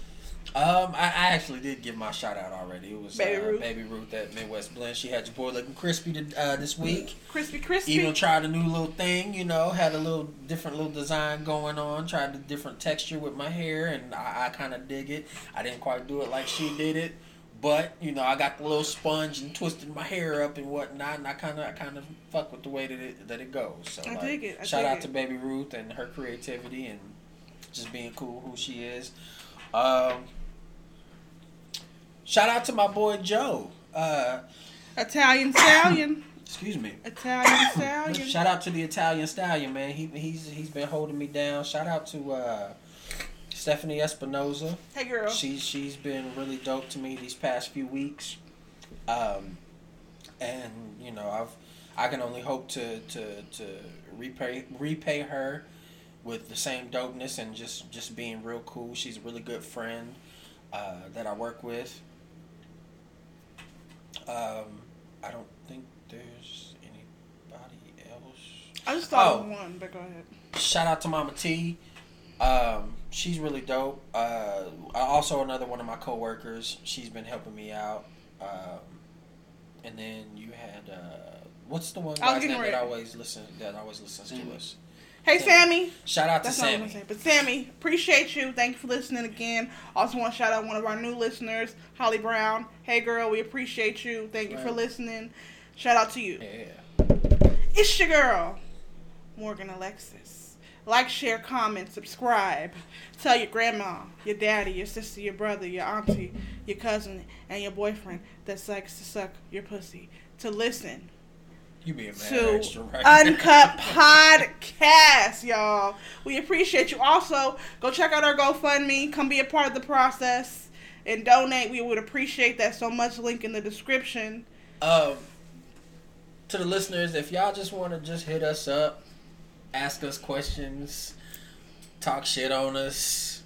S6: Um, I, I actually did give my shout out already. It was
S4: Baby
S6: uh,
S4: Ruth.
S6: Baby Ruth at Midwest Blend. She had your boy looking crispy to, uh, this week.
S4: Crispy, crispy.
S6: Even tried a new little thing, you know, had a little different little design going on, tried a different texture with my hair, and I, I kind of dig it. I didn't quite do it like she did it, but you know, I got the little sponge and twisted my hair up and whatnot, and I kind of, I kind of fuck with the way that it that it goes. So
S4: I
S6: like,
S4: dig it, I
S6: shout
S4: dig
S6: out
S4: it.
S6: to Baby Ruth and her creativity and just being cool who she is. Um, shout out to my boy Joe. Uh,
S4: Italian stallion.
S6: excuse me.
S4: Italian stallion.
S6: Shout out to the Italian stallion, man. He he's he's been holding me down. Shout out to uh, Stephanie Espinoza.
S4: Hey girl.
S6: She she's been really dope to me these past few weeks. Um, and you know I've I can only hope to to to repay repay her with the same dopeness and just just being real cool. She's a really good friend uh, that I work with. Um, I don't think there's anybody else.
S4: I just thought
S6: Oh.
S4: of one, but go ahead.
S6: Shout out to Mama T. Um, she's really dope. Uh, also another one of my coworkers. She's been helping me out. Um, and then you had uh, what's the
S4: I
S6: one
S4: was
S6: guy's
S4: getting
S6: name
S4: ready.
S6: that always listen that always listens to us.
S4: Hey
S6: Sammy.
S4: Sammy.
S6: Shout out to
S4: That's not what I'm
S6: Sammy.
S4: gonna say. But Sammy, appreciate you. Thank you for listening again. Also want to shout out one of our new listeners, Holly Brown. Hey girl, we appreciate you. Thank you for
S6: Right.
S4: listening. Shout out to you.
S6: Yeah.
S4: It's your girl, Morgan Alexis. Like, share, comment, subscribe. Tell your grandma, your daddy, your sister, your brother, your auntie, your cousin, and your boyfriend that likes to suck your pussy to listen
S6: You being mad
S4: to
S6: extra right
S4: Uncut Podcast, y'all. We appreciate you. Also, go check out our GoFundMe. Come be a part of the process and donate. We would appreciate that so much. Link in the description.
S6: Um, to the listeners, if y'all just want to just hit us up, ask us questions, talk shit on us,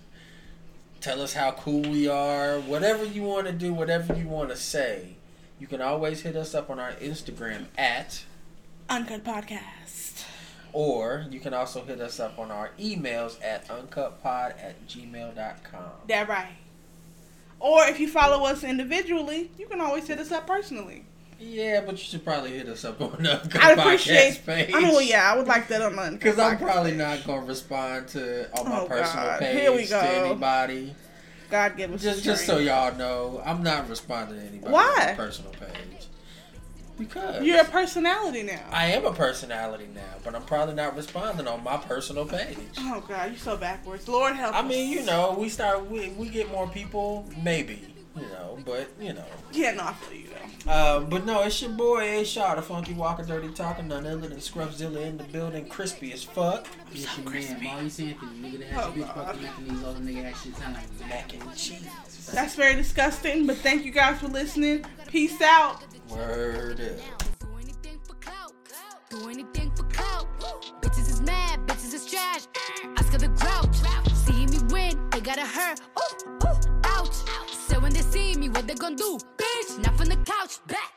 S6: tell us how cool we are, whatever you want to do, whatever you want to say, you can always hit us up on our Instagram at,
S4: Uncut Podcast.
S6: or you can also hit us up on our emails at uncutpod at gmail.com.
S4: That right. Or if you follow us individually, you can always hit us up personally.
S6: Yeah, but you should probably hit us up on the Uncut
S4: I appreciate.
S6: Podcast page.
S4: I mean, well, yeah, I would like that on the Uncut
S6: Because I'm
S4: Podcast
S6: probably
S4: page.
S6: not gonna respond to on my
S4: Oh,
S6: personal
S4: God.
S6: page
S4: Here we
S6: to
S4: go.
S6: anybody.
S4: God give us
S6: Just just so y'all know, I'm not responding to anybody on
S4: Why?
S6: my personal page. Because
S4: You're a personality now.
S6: I am a personality now, but I'm probably not responding on my personal page.
S4: oh God, you're so backwards. Lord help.
S6: I
S4: us.
S6: mean, you know, we start we, we get more people, maybe. You know, but you know.
S4: Yeah, no, I feel you though.
S6: Uh, but no, it's your boy A Shaw, the funky walker, dirty talking, none other than Scruffzilla in the building, crispy as fuck.
S5: It's your man, Maurice Anthony, nigga that
S4: Oh,
S5: has your bitch
S4: God.
S5: fucking mac and these other nigga that shit sound like mac and cheese.
S4: That's very disgusting, but thank you guys for listening. Peace out.
S6: Word up.
S3: Do anything for clout. Do anything for clout. Bitches is mad, bitches is trash. Oscar the Grouch. Seeing me win, they gotta hurt. Ooh, ooh, ouch. So when they see me, what they gonna do? Bitch, not from the couch. Back.